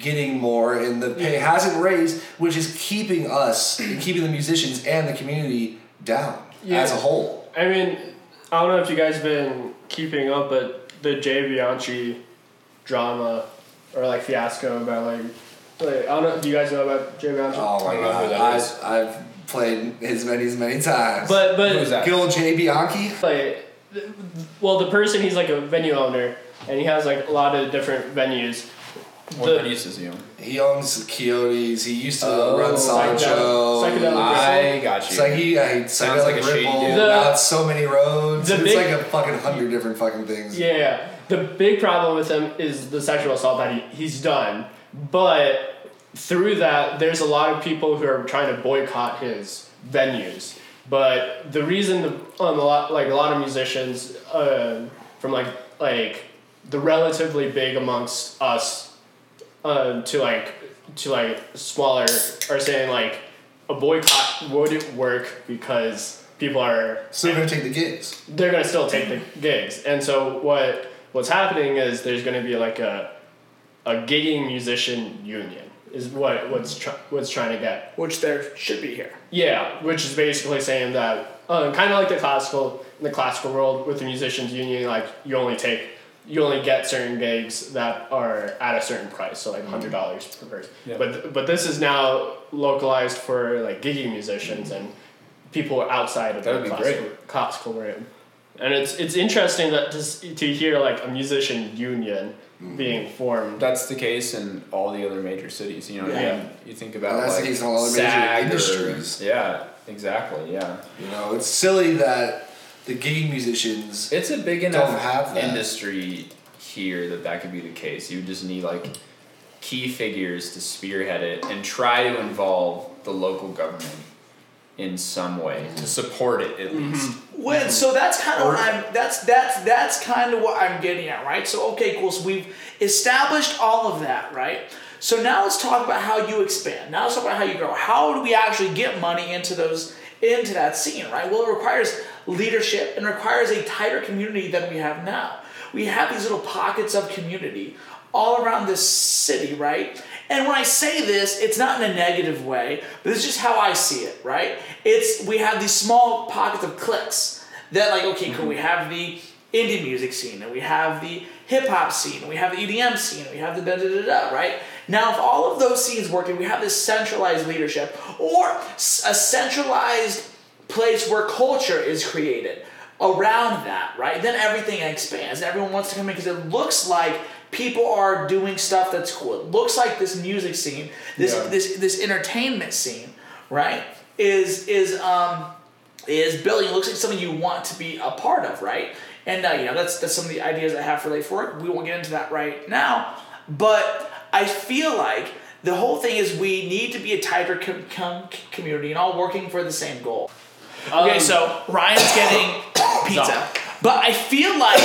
getting more, and the pay hasn't raised, which is keeping us, and keeping the musicians and the community down as a
Yeah.
whole.
I mean, I don't know if you guys been keeping up, but the Jay Bianchi drama or like fiasco about like, like I don't know. Do you guys know about Jay Bianchi?
Oh my
I don't know who
god,
that is.
I've, I've played as many as many times.
But but
Who's that?
good old Jay Bianchi.
like th- well the person he's like a venue owner and he has like a lot of different venues
what
The-
venues does he own?
He owns Coyotes. He used to
Oh,
run
psychedelic-
Sancho.
psychedelic
I got you.
It's like he, I
Sounds
sounds like
like a shady
ripple.
dude.
The-
now it's so many roads.
the
It's
big-
like a fucking hundred different fucking things.
yeah, yeah the big problem with him is the sexual assault that he, he's done but through that there's a lot of people who are trying to boycott his venues but the reason the, um, a lot like a lot of musicians um from like like the relatively big amongst us um, to like to like smaller are saying like a boycott wouldn't work because people are
So they're gonna take the gigs.
they're gonna still take the gigs and so what what's happening is there's gonna be like a a gigging musician union is what what's try, what's trying to get
which there should be here.
yeah which is basically saying that um, kind of like the classical in the classical world with the musicians union like you only take you only get certain gigs that are at a certain price so like $100 dollars per person
Mm-hmm. Yeah.
but but this is now localized for like gigging musicians and people outside of
That would
the
be
classical, classical room and it's it's interesting that to, s- to hear like a musician union
Mm-hmm.
being formed
That's the case in all the other major cities. You know, what I
Yeah.
mean? you think about
That's the
like
case in all the major
SAG or-
industries.
yeah, exactly. Yeah,
You know, it's silly that the gigging musicians.
it's a big
Don't
enough
have that.
industry here that that could be the case. You would just need like key figures to spearhead it and try to involve the local government in some way to support it at least.
Well, so that's kind of what I'm. That's that's that's kind of what I'm getting at, right? So okay, cool. So we've established all of that, right? So now let's talk about how you expand. Now let's talk about how you grow. How do we actually get money into those into that scene, right? Well, it requires leadership and requires a tighter community than we have now. We have these little pockets of community all around this city, right? And when I say this, it's not in a negative way, but it's just how I see it, right? It's we have these small pockets of clicks that like, okay, cool, we have the indie music scene, and we have the hip hop scene, and we have the EDM scene, and we have the da da da da, right? Now, if all of those scenes work and we have this centralized leadership or s- a centralized place where culture is created around that, right? Then everything expands. Everyone wants to come in because it looks like people are doing stuff that's cool. It looks like this music scene, this
Yeah.
this this entertainment scene, right? Is is um is building. It looks like something you want to be a part of, right? And uh, you know that's that's some of the ideas I have for Late Fork. We won't get into that right now, but I feel like the whole thing is we need to be a tighter com- com- community and all working for the same goal. Okay,
Um,
so Ryan's getting pizza. But I feel like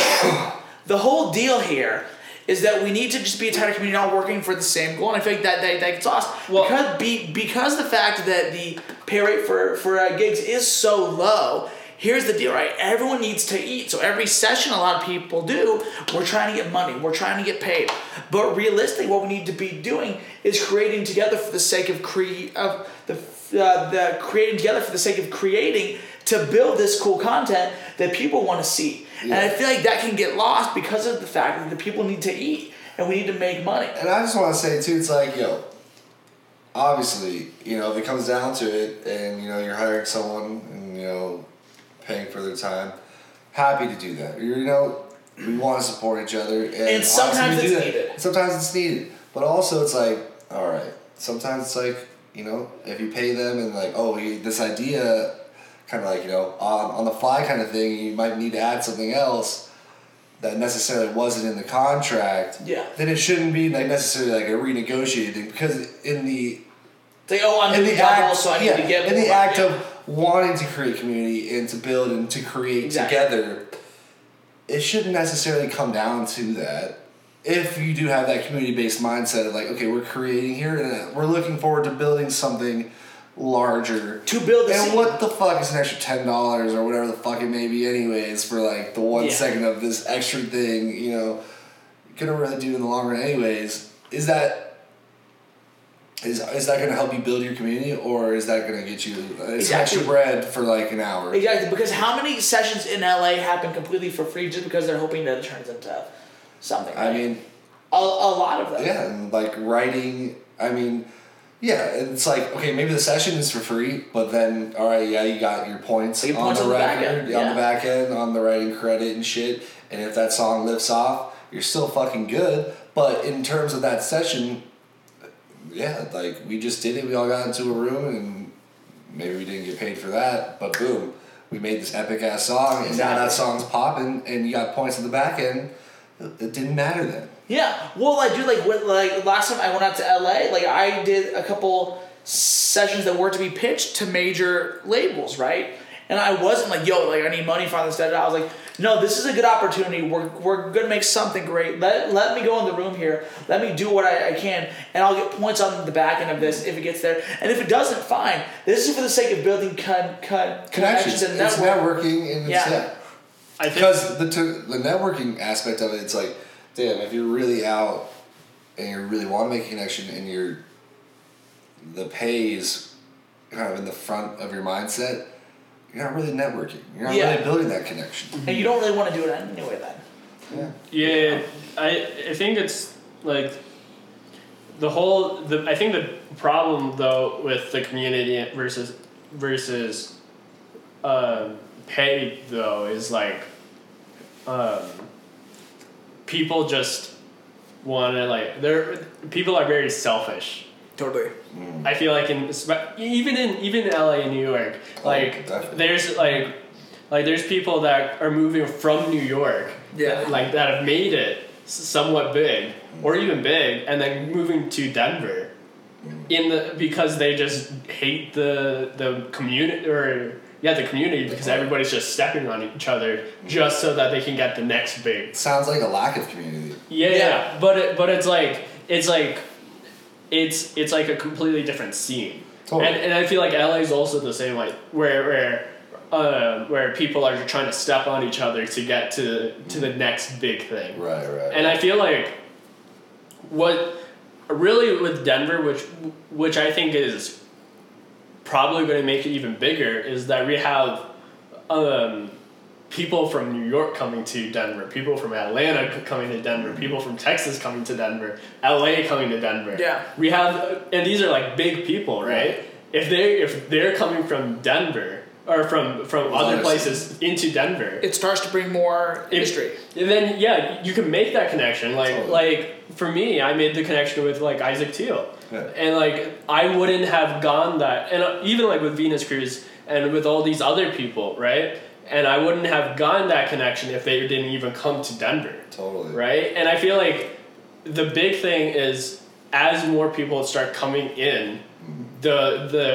the whole deal here is that we need to just be a tighter community, all working for the same goal. And I think that that, that gets lost
Well-
because be, because the fact that the pay rate for for uh, gigs is so low. Here's the deal, right? Everyone needs to eat. So every session, a lot of people do. We're trying to get money. We're trying to get paid. But realistically, what we need to be doing is creating together for the sake of cre- of the uh, the creating together for the sake of creating to build this cool content that people want to see. And I feel like that can get lost because of the fact that the people need to eat and we need to make money.
And I just want to say too, it's like yo. Obviously, you know, if it comes down to it, and you know, you're hiring someone, and you know, paying for their time. Happy to do that. You know, we want to support each other, and,
And sometimes
obviously we do
it's
that.
needed.
Sometimes it's needed, but also it's like, all right. Sometimes it's like, you know, if you pay them and like, oh, you, this idea, kind of like you know, on on the fly kind of thing, you might need to add something else that necessarily wasn't in the contract,
Yeah.
then it shouldn't be like necessarily like a renegotiated thing because in the
It's like, oh, I'm
in
doing
the
double,
act,
so I need
yeah,
to get
in the
more.
act
Yeah.
of wanting to create community and to build and to create
Exactly.
together, it shouldn't necessarily come down to that. If you do have that community based mindset of like, okay, we're creating here and uh, we're looking forward to building something larger
to build the
and
scene.
what the fuck is an extra ten dollars or whatever the fuck it may be, anyways, for like the one
Yeah.
second of this extra thing, you know, gonna really do in the long run, anyways? Is that is is that gonna help you build your community, or is that gonna get you uh, some
Exactly.
extra bread for like an hour?
exactly, because how many sessions in LA happen completely for free just because they're hoping that it turns into something?
I
right?
mean,
a, a lot of them.
yeah, and like writing, I mean. Yeah, it's like okay, maybe the session is for free, but then all right, yeah, you got your points
Your
on
points
the
on the back
record,
end,
on
yeah.
the back end, on the writing credit and shit. And if that song lifts off, you're still fucking good. But in terms of that session, yeah, like we just did it. We all got into a room, and maybe we didn't get paid for that, but boom, we made this epic ass song, and now that
Exactly.
song's popping, and you got points on the back end. It didn't matter then.
Yeah. Well, I do like when, like last time I went out to LA, like I did a couple sessions that were to be pitched to major labels, right? And I wasn't like, yo, like I need money for this. Da, da. da. I was like, no, this is a good opportunity. We're, we're gonna make something great. Let, let me go in the room here. Let me do what I, I can, and I'll get points on the back end of this if it gets there. And if it doesn't, fine. This is for the sake of building con, con,
Connections,
connections and
it's
network.
networking, and it's,
Yeah.
yeah.
I think
Because the t- the networking aspect of it, it's like, damn, if you're really out and you really want to make a connection and you're the pays kind of in the front of your mindset, you're not really networking. You're not
Yeah.
really building that connection.
And you don't really want to do it anyway. Then
Yeah, I I think it's like the whole the I think the problem though with the community versus versus um, pay though is like um, people just want to like they're people are very selfish.
totally.
I feel like in even in even in LA and New York, like
definitely.
there's like like there's people that are moving from New York,
Yeah.
like that have made it s- somewhat big or even big, and then moving to Denver, in the because they just hate the the community or yeah the community because everybody's just stepping on each other just so that they can get the next big
It sounds like a lack of community.
yeah, yeah.
Yeah.
but it, but it's like it's like it's it's like a completely different scene.
Totally.
And and I feel like LA is also the same way where where uh, where people are trying to step on each other to get to to the next big thing.
Right, right.
And I feel like what really with Denver, which which I think is probably going to make it even bigger, is that we have um, people from New York coming to Denver, people from Atlanta c- coming to Denver, people from Texas coming to Denver, LA coming to Denver.
Yeah.
we have, and these are like big people, right? If they if they're coming from Denver or from from other
Honestly.
places into Denver,
It starts to bring more industry.
and then yeah, you can make that connection. Like
Totally.
like for me, I made the connection with like Isaac Teal,
Yeah.
and like I wouldn't have gone that, and uh, even like with Venus Cruz and with all these other people, right? And I wouldn't have gone that connection if they didn't even come to Denver,
Totally.
right? And I feel like the big thing is as more people start coming in, the the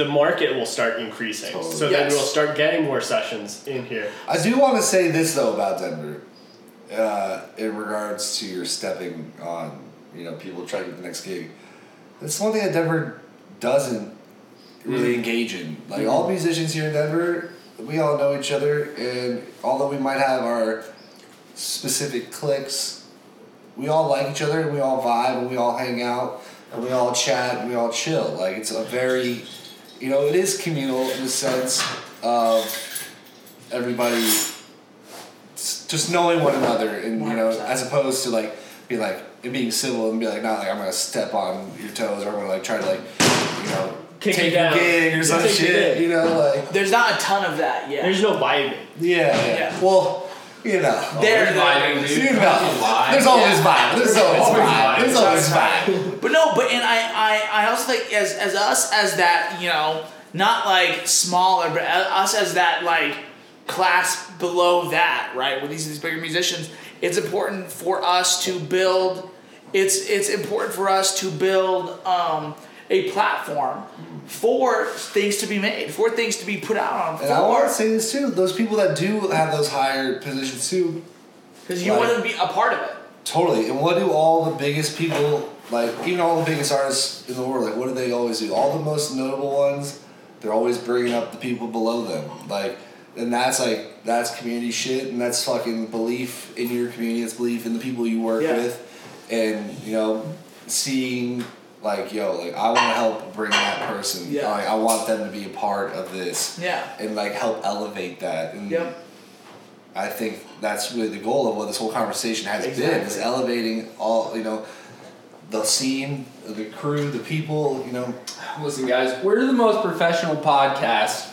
the market will start increasing.
Totally.
So then
Yes.
we'll start getting more sessions in here.
I do want to say this though about Denver, uh, in regards to your stepping on, you know, people trying to get the next gig. That's one thing that Denver doesn't really engage in. Like all musicians here in Denver, we all know each other, and although we might have our specific cliques, we all like each other, and we all vibe, and we all hang out, and we all chat, and we all chill. Like it's a very, you know, it is communal in the sense of everybody s- just knowing one another and you know
100%.
as opposed to like be like and being civil and be like not like I'm gonna step on your toes or I'm gonna like try to like you know
Kick you
take your
down.
gig or some
Take you
shit
down.
you know like
There's not a ton of that yet.
There's no vibing.
yeah, yeah.
Yeah.
well you know
There-
There's vibing, dude.
you
That's a
know
lie.
there's always vibe there's always
Always
vibe
vibe.
there's always vibe
But no, but and I, I, I also think as as us as that you know not like smaller, but a- us as that like class below that, right? With these these bigger musicians, it's important for us to build. It's it's important for us to build um, a platform for things to be made, for things to be put out on.
and I want to
For
say this too those people that do have those higher positions too
because you
like-
want to be a part of it.
Totally. And what do all the biggest people, like even all the biggest artists in the world, like what do they always do? All the most notable ones, they're always bringing up the people below them. Like, and that's like that's community shit, and that's fucking belief in your community. It's belief in the people you work
Yeah.
with, and you know, seeing like yo, like I want to help bring that person.
Yeah.
Like I want them to be a part of this.
Yeah.
And like help elevate that. And
Yep.
I think that's really the goal of what this whole conversation has been is
Exactly.
elevating all you know the scene, the crew, the people, you know.
Listen, guys, we're the most professional podcast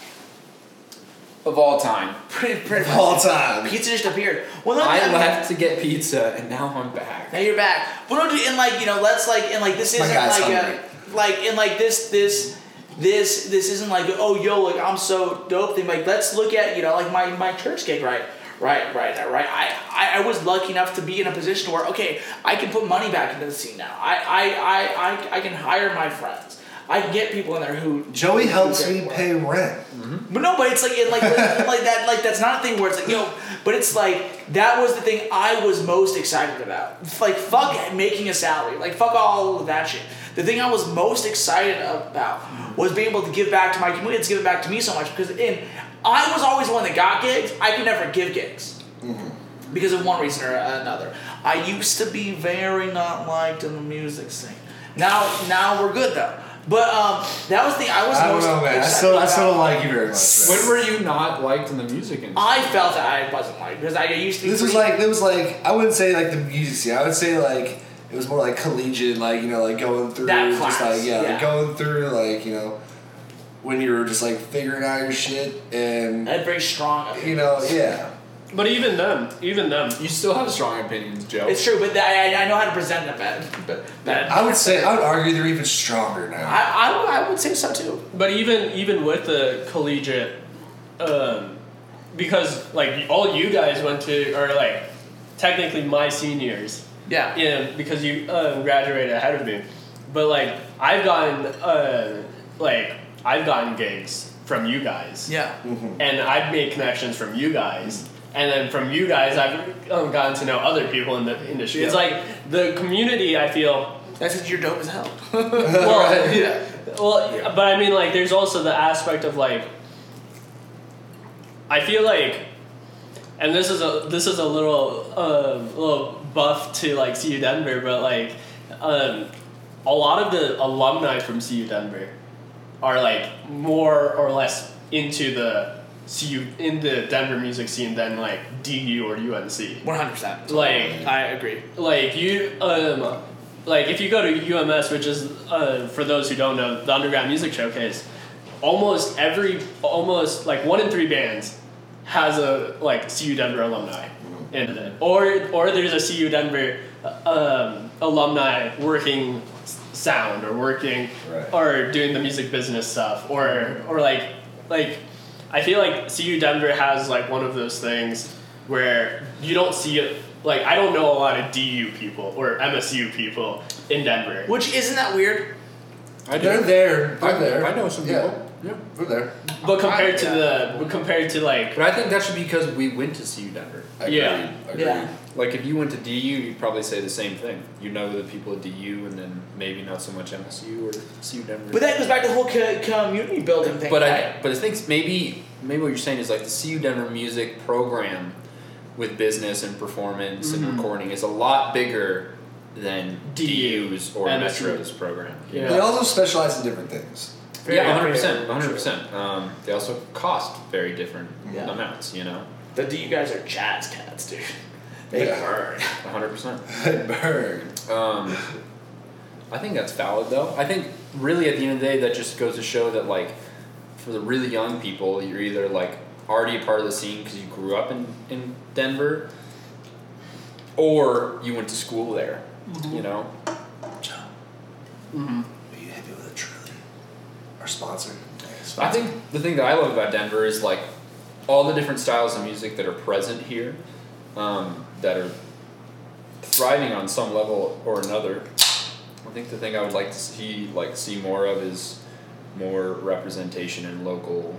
of all time.
Pretty pretty.
All time.
Pizza just appeared. Well, no,
I
mean-
left to get pizza, and now I'm back.
Now you're back. But no, dude, and like you know, let's like and like this
My
isn't
guy's
like
hungry.
a like and like this this this this isn't like oh yo like I'm so dope thing. Like let's look at you know like my my church gig right. Right, right, right, right. I, I, I was lucky enough to be in a position where okay, I can put money back into the scene now. I I, I, I, I can hire my friends. I can get people in there who
Joey
who
helps
care
me
for it.
pay rent.
But no, but it's like it like like that like that's not a thing where it's like yo, but it's like that was the thing I was most excited about. Like fuck making a salary, like fuck all of that shit. The thing I was most excited about was being able to give back to my community. It's given back to me so much because in I was always one that got gigs. I could never give gigs
Mm-hmm.
because of one reason or another. I used to be very not liked in the music scene. Now now we're good though. But um, that was the thing I was
I don't
most
know, man. I
excited
still I still
about.
don't like you very much. man.
When were you not liked in the music industry?
I felt that I wasn't like because I used to. Be
This was
pretty-
like it was like I wouldn't say like the music scene. I would say like it was more like collegiate, like you know, like going through
That
just
class,
like yeah,
yeah.
Like going through like you know when you were just like figuring out your shit
I
and
had very strong. Opinion.
you know yeah.
But even them, even them.
you still have strong opinions, Joe.
It's true, but th- I, I know how to present them bad. But bad.
I would say I would argue they're even stronger now.
I, I, would- I would say so too.
But even even with the collegiate, um, because like all you guys went to are like technically my seniors,
Yeah.
yeah, because you um, graduated ahead of me. But like I've gotten uh, like I've gotten gigs from you guys, Mm-hmm.
Yeah.
and I've made connections from you guys, and then from you guys I've um, gotten to know other people in the industry. It's
Yeah.
like the community. I feel
That's because you're dope as hell.
Well,
Right.
yeah. Well,
Yeah.
but I mean, like, there's also the aspect of like, I feel like, and um, this is a this is a little uh, little buff to like CU Denver, but like, um, a lot of the alumni from CU Denver are like more or less into the CU in the Denver music scene than like DU or UNC.
One hundred percent.
Like
I agree.
like you um like if you go to UMS, which is uh, for those who don't know the Underground Music Showcase, almost every almost like one in three bands has a like CU Denver alumni in it, or or there's a CU Denver um, alumni working s- sound or working
Right.
or doing the music business stuff or or like like I feel like CU Denver has like one of those things where you don't see it like I don't know a lot of DU people or MSU people in Denver.
Which isn't that weird?
I
They're there. They're
I,
there.
I know some
Yeah.
people. Yeah.
We're there.
But compared to the but compared to like
But I think that should be because we went to CU Denver.
Agreed.
Yeah.
Agreed.
Yeah.
Like if you went to DU, you'd probably say the same thing. You know the people at DU, and then maybe not so much MSU or CU Denver.
But that goes back to the whole co- community building thing.
But
right?
I but I think maybe maybe what you're saying is like the CU Denver music program with business and performance
Mm-hmm.
and recording is a lot bigger than
DU.
DU's or
MSU.
Metro's program.
Yeah.
They also specialize in different things.
Yeah,
Very
hundred percent,
accurate.
hundred percent. Um, they also cost very different
Yeah.
amounts, you know,
The, you guys are jazz cats, dude. They
Yeah.
burn.
hundred percent.
Burn.
Um, I think that's valid though. I think really at the end of the day, that just goes to show that like for the really young people, you're either like already a part of the scene because you grew up in in Denver, or you went to school there. You know,
John, are you happy with a trillion? Our sponsor.
I think the thing that I love about Denver is like all the different styles of music that are present here, um, that are thriving on some level or another. I think the thing I would like to see like see more of is more representation in local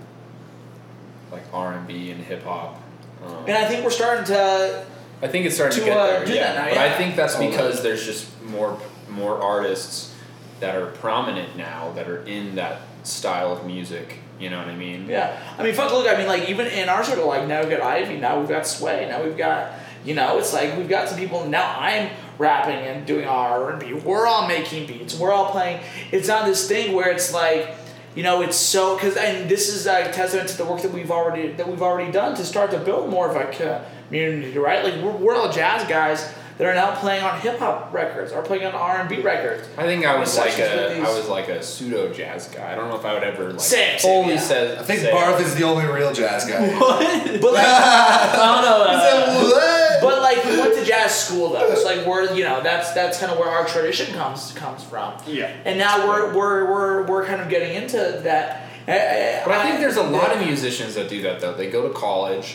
like R and B and hip hop. Um,
And I think we're starting to.
I think it's starting to,
To,
get
uh,
there.
do
yeah.
that now,
but
yeah.
I think that's
Oh, no.
because there's just more more artists that are prominent now that are in that style of music. You know what I mean?
Yeah, I mean, fuck. Look, I mean, like even in our circle, like now we've got Ivy, now we've got Sway, now we've got you know, it's like we've got some people. Now I'm rapping and doing R and B. We're all making beats. We're all playing. It's not this thing where it's like, you know, it's so because and this is a testament to the work that we've already that we've already done to start to build more of a community, right? Like we're, we're all jazz guys that are now playing on hip hop records, are playing on R and B records.
I think I was like
Sessions with
a
these-
I was like a pseudo jazz guy. I don't know if I would ever like
Same, same,
fully
yeah.
says.
I think
say-
Barth is the only real jazz guy.
But like,
I don't know. uh,
What?
But like we went to jazz school though. It's like we're you know that's that's kind of where our tradition comes comes from.
Yeah.
And now we're we're we're, we're kind of getting into that.
But I think there's a lot of musicians that do that though. They go to college,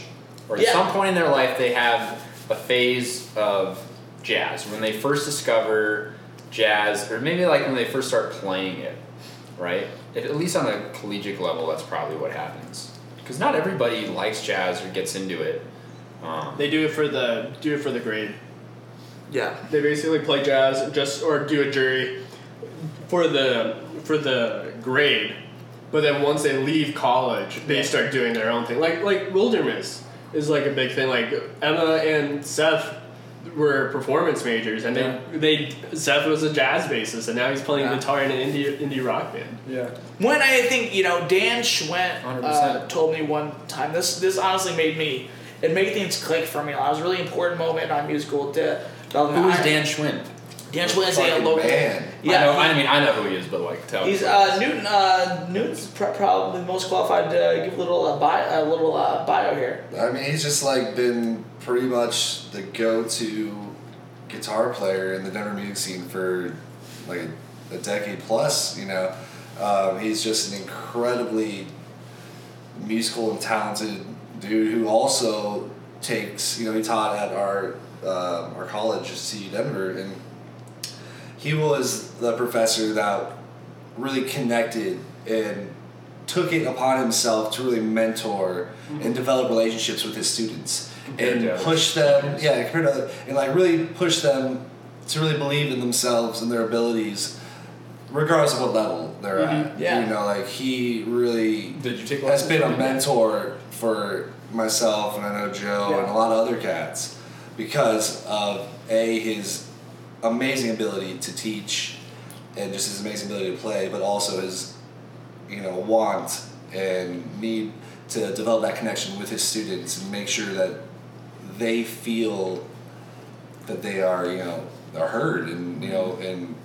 or at
Yeah.
some point in their life, they have a phase of jazz when they first discover jazz, or maybe like when they first start playing it, right? If, at least on a collegiate level, that's probably what happens. Because not everybody likes jazz or gets into it. Um,
they do it for the do it for the grade.
yeah.
They basically play jazz just or do a jury for the for the grade. But then once they leave college, they start doing their own thing. Like like wilderness is like a big thing. Like Emma and Seth were performance majors, and
Yeah.
they they Seth was a jazz bassist, and now he's playing
Yeah.
guitar in an indie indie rock band.
yeah.
When I think you know Dan Schwent uh,
100%.
told me one time this this honestly made me it made things click for me. It was a really important moment in my musical de- development.
Who is
I-
Dan Schwinn?
Dan Schwent is a
Fucking
local.
man.
Yeah.
I, know,
he-
I mean, I know who he is, but like, tell
He's
me.
uh, Newton. Uh, Newton's pr- probably the most qualified to give a little uh, bio, a little uh, bio here.
I mean, he's just like been pretty much the go-to guitar player in the Denver music scene for like a decade plus. You know, um, he's just an incredibly musical and talented dude who also takes. You know, he taught at our um, our college, CU Denver, and he was the professor that really connected and took it upon himself to really mentor and develop relationships with his students
Compared
and
to other
push them yeah compared to other, and like really push them to really believe in themselves and their abilities regardless of what level they're
Mm-hmm.
at
Yeah.
you know like he really
Did you take
has
lessons
been
from
a
him?
mentor for myself and I know Joe
Yeah.
and a lot of other cats because of a his amazing ability to teach, and just his amazing ability to play, but also his, you know, want and need to develop that connection with his students and make sure that they feel that they are, you know, are heard and you know and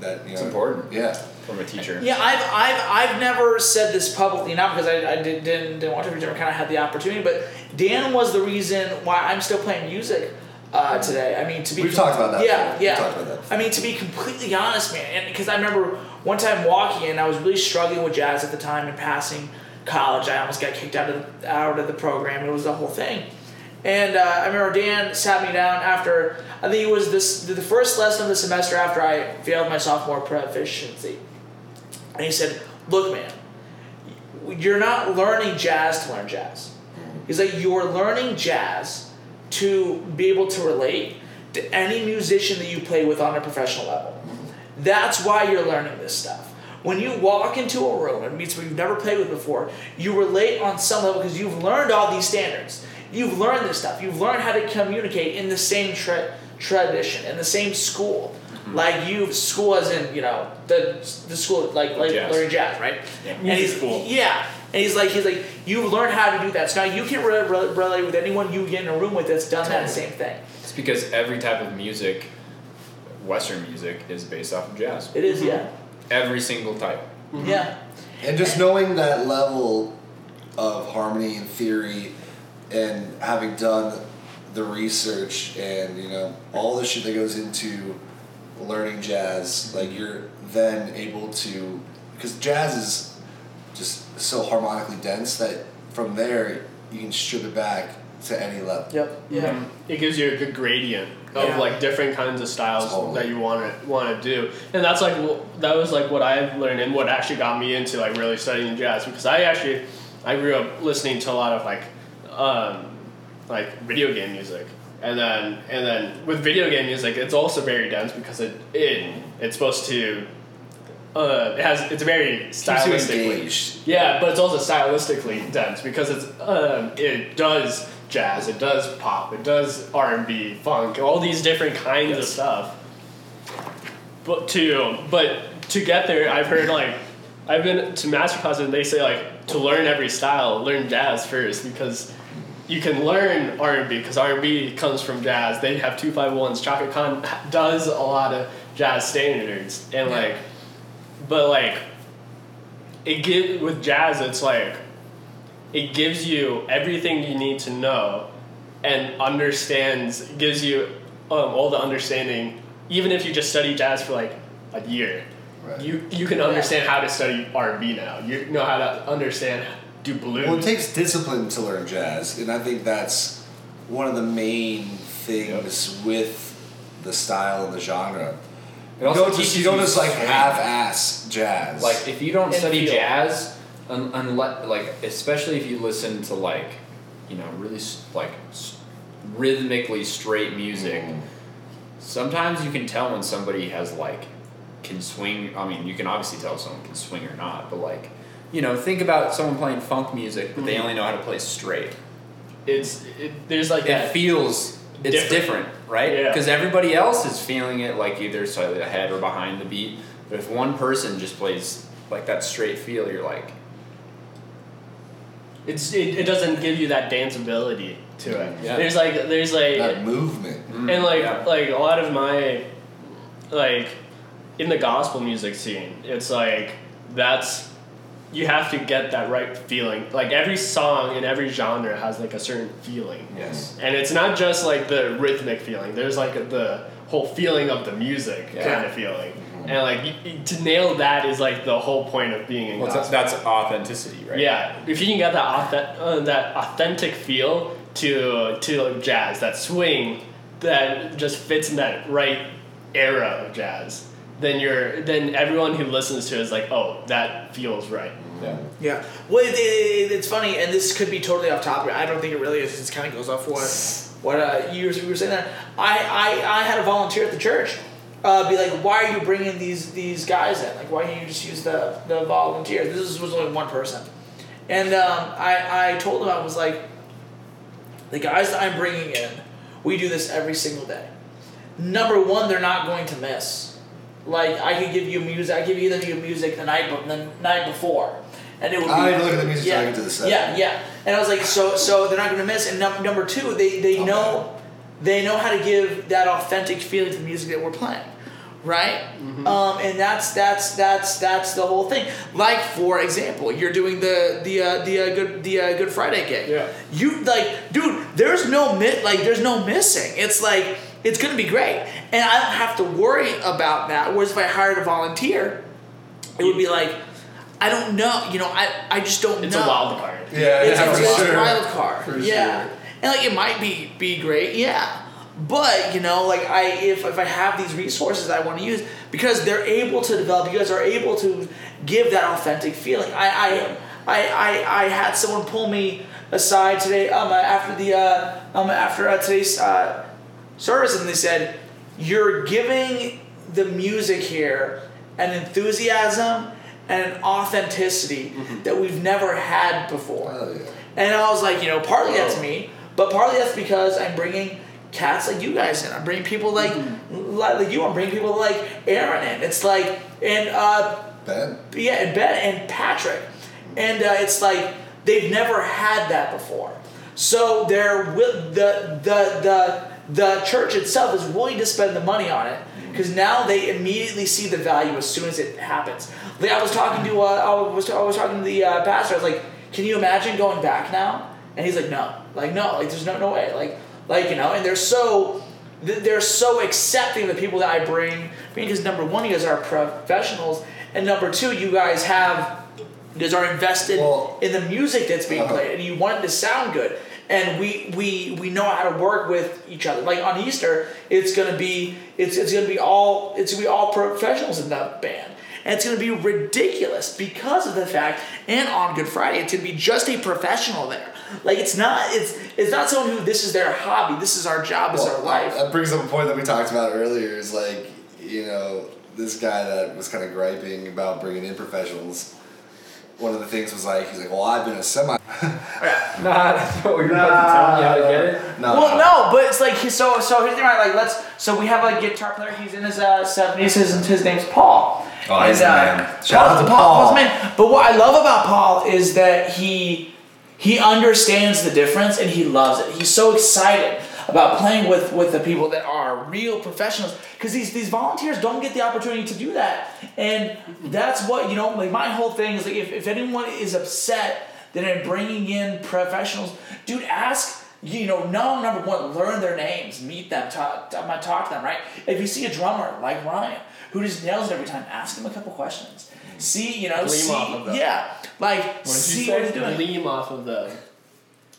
that you know
It's important.
Yeah.
from a teacher.
Yeah, I've, I've, I've never said this publicly, not because I, I did, didn't, didn't watch it, because I kind of had the opportunity, but Dan was the reason why I'm still playing music uh, today. I mean, to be.
We've talked about that
Yeah,
before. We've
yeah.
talked about
I mean, to be completely honest, man, and because I remember one time walking in, I was really struggling with jazz at the time and passing college. I almost got kicked out of the, out of the program. It was the whole thing. And uh, I remember Dan sat me down after I think it was this the first lesson of the semester after I failed my sophomore proficiency, and he said, "Look, man, you're not learning jazz to learn jazz. He's like, you're learning jazz to be able to relate to any musician that you play with on a professional level. That's why you're learning this stuff. When you walk into a room and meet someone you've never played with before, you relate on some level because you've learned all these standards. You've learned this stuff. You've learned how to communicate in the same tra- tradition, in the same school. Like you, school as in you know the the school like like
Jazz.
Larry Jazz, right?
Yeah.
And he's
Music school.
yeah. And he's like, he's like, you learn how to do that. So now you can re- re- relate with anyone you get in a room with that's done that same thing.
It's because every type of music, Western music, is based off of jazz.
It is, yeah,
Every single type.
yeah,
that. And just knowing that level of harmony and theory and having done the research and, you know, all the shit that goes into learning jazz, like you're then able to because jazz is just so harmonically dense that from there you can strip it back to any level.
yep, yeah.
it gives you a good gradient of
Yeah.
like different kinds of styles
Totally.
that you want to want to do, and that's like wh- that was like what I learned and what actually got me into like really studying jazz because I actually I grew up listening to a lot of like um, like video game music, and then and then with video game music it's also very dense because it it it's supposed to uh, it has it's very
Keeps you
stylistically
engaged.
yeah, but it's also stylistically dense because it's um, it does jazz, it does pop, it does R and B, funk, all these different kinds of stuff. But to but to get there, I've heard like I've been to master classes and they say like to learn every style, learn jazz first because you can learn R and B because R and B comes from jazz. They have two five ones. Chaka Khan does a lot of jazz standards and like, but like it give with jazz it's like it gives you everything you need to know and understands gives you um, all the understanding even if you just study jazz for like a year
Right.
you you can understand how to study r&b now you know how to understand do blues
Well, it takes discipline to learn jazz, and I think that's one of the main things with the style and the genre.
It
You
also
don't just
teaches
you don't
you
just like
strength.
half-ass jazz.
Like if you don't
And
study
feel.
jazz, un- unle- like especially if you listen to like, you know, really s- like s- rhythmically straight music, sometimes you can tell when somebody has like can swing. I mean, you can obviously tell if someone can swing or not, but like, you know, think about someone playing funk music, but they only know how to play straight.
it's it, there's like
It
that
feels it's
Different.
different, right?
Yeah.
Because everybody else is feeling it like either slightly ahead or behind the beat. But if one person just plays like that straight feel, you're like,
it's it, it doesn't give you that danceability to it
Yeah.
there's like there's like
that movement.
and like
yeah.
like a lot of my like in the gospel music scene it's like that's you have to get that right feeling like every song in every genre has like a certain feeling
yes.
and it's not just like the rhythmic feeling there's like the whole feeling of the music
Yeah. Mm-hmm.
kind of feeling and like y- y- to nail that is like the whole point of being in
Well,
gospel
that's, that's authenticity, right?
yeah, if you can get that authentic, uh, that authentic feel to to like jazz, that swing that just fits in that right era of jazz, then you're then everyone who listens to it is like, oh, that feels right.
Yeah.
Yeah. Well, it, it, it's funny, and this could be totally off topic. I don't think it really is. It kind of goes off what what uh, you were- you were saying there. I, I, I had a volunteer at the church uh, be like, why are you bringing these these guys in? Like, why can't you just use the the volunteer? This was only one person, and um, I I told him I was like, the guys that I'm bringing in, we do this every single day. number one, they're not going to miss. Like I could give you music, I give either of you music the night, but the night before, and it would. Be,
I don't even look at the music till I
yeah,
get to the set.
Yeah, yeah. And I was like, so, so they're not going to miss. And num- number two, they they
Oh,
know, they know how to give that authentic feeling to the music that we're playing, right?
Mm-hmm.
Um, and that's that's that's that's the whole thing. Like for example, you're doing the the uh, the uh, good the uh, Good Friday gig.
Yeah.
You like, dude. There's no mi- like. There's no missing. It's like it's gonna be great, and I don't have to worry about that. Whereas if I hired a volunteer, it would be like, I don't know. You know, I I just don't
It's
know.
a wild card.
It's,
Yeah, yeah,
it's,
for
it's
sure.
a wild card.
For
yeah.
sure.
And like it might be be great, yeah. But you know, like I if if I have these resources I want to use because they're able to develop, you guys are able to give that authentic feeling. I I I, I, I had someone pull me aside today um after the uh um after uh, today's uh service and they said you're giving the music here an enthusiasm and an authenticity
Mm-hmm.
that we've never had before.
Oh, yeah.
And I was like, you know, partly that's me, but partly that's because I'm bringing cats like you guys in. I'm bringing people like like, like you. I'm bringing people like Aaron in. It's like and uh,
Ben.
yeah, and Ben and Patrick, and uh, it's like they've never had that before. So they're will the the the the church itself is willing to spend the money on it because now they immediately see the value as soon as it happens. Like I was talking to uh, I was I was talking to the uh, pastor. I was like, "Can you imagine going back now?" And he's like, "No, like no, like there's no no way, like like you know." And they're so th- they're so accepting of the people that I bring because number one, you guys are professionals, and number two, you guys have you guys are invested
Well-
in the music that's being
Uh-huh.
played, and you want it to sound good. And we we we know how to work with each other. Like on Easter, it's gonna be it's it's gonna be all it's gonna be all professionals in that band. And it's gonna be ridiculous because of the fact, and on Good Friday, it's gonna be just a professional there. Like it's not it's it's not someone who this is their hobby, this is our job, this is our
Well,
life.
That brings up a point that we talked about earlier. Is like you know this guy that was kind of griping about bringing in professionals. One of the things was like he's like, well, I've been a semi.
Nah, that's what we were about to tell me how to get it.
No,
Well, no, but it's like he's so so. Here's the right. Like let's. So we have a guitar player. He's in his uh seventies. His his name's Paul.
Oh,
And,
he's the
uh,
man. Shout
Paul's- Paul's
out to Paul.
the man. But what I love about Paul is that he he understands the difference and he loves it. He's so excited about playing with with the people that are real professionals because these these volunteers don't get the opportunity to do that. And that's what you know. Like my whole thing is like if if anyone is upset that I'm bringing in professionals, dude, ask. You know, no number one, learn their names, meet them, talk, talk, talk to them, right? If you see a drummer like Ryan who just nails it every time, ask him a couple questions. See, you know,
Gleam
see,
off of them.
yeah, like see what he's doing.
Lean off of them.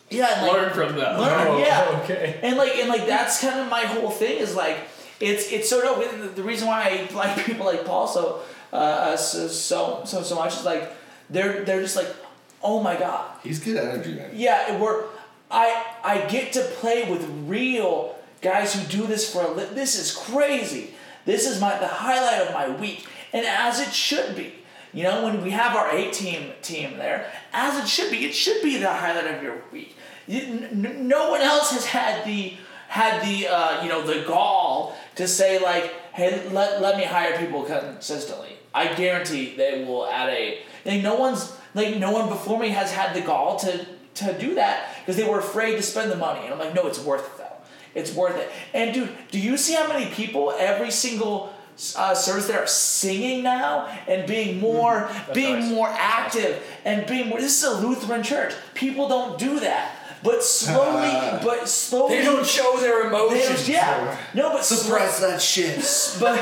Yeah, and like,
Learn from Oh, them.
Learn, yeah.
Okay.
and like and like that's kind of my whole thing is like it's it's so dope. The- The reason why I like people like Paul so uh, uh, so so so so much is like they're they're just like oh my god
he's good energy man.
yeah it we're I I get to play with real guys who do this for a li- this is crazy this is my the highlight of my week and as it should be you know when we have our A team team there as it should be it should be the highlight of your week you, n- n- no one else has had the had the uh, you know the gall to say like hey let, let me hire people consistently i guarantee they will add a like no one's like no one before me has had the gall to to do that because they were afraid to spend the money and i'm like no it's worth it though it's worth it and dude do you see how many people every single uh, service that are singing now and
Mm-hmm.
being more being
nice.
more active and being more this is a lutheran church people don't do that but slowly but slowly
They don't show their
they
emotions.
don't- yeah no but slow-
Suppress that shit.
but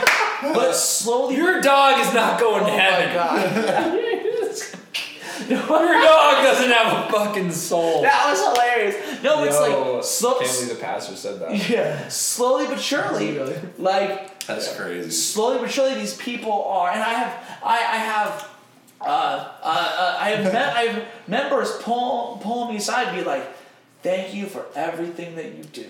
but slowly
Your dog is not going to
oh
heaven.
my god
Your dog doesn't have a fucking soul.
that was hilarious no it's
Yo,
like slow,
Can't believe the pastor said that.
yeah slowly but surely like
That's crazy.
slowly but surely these people are and i have i, I have uh, uh, uh, I have met I have members pull pull me aside and be like, "Thank you for everything that you do.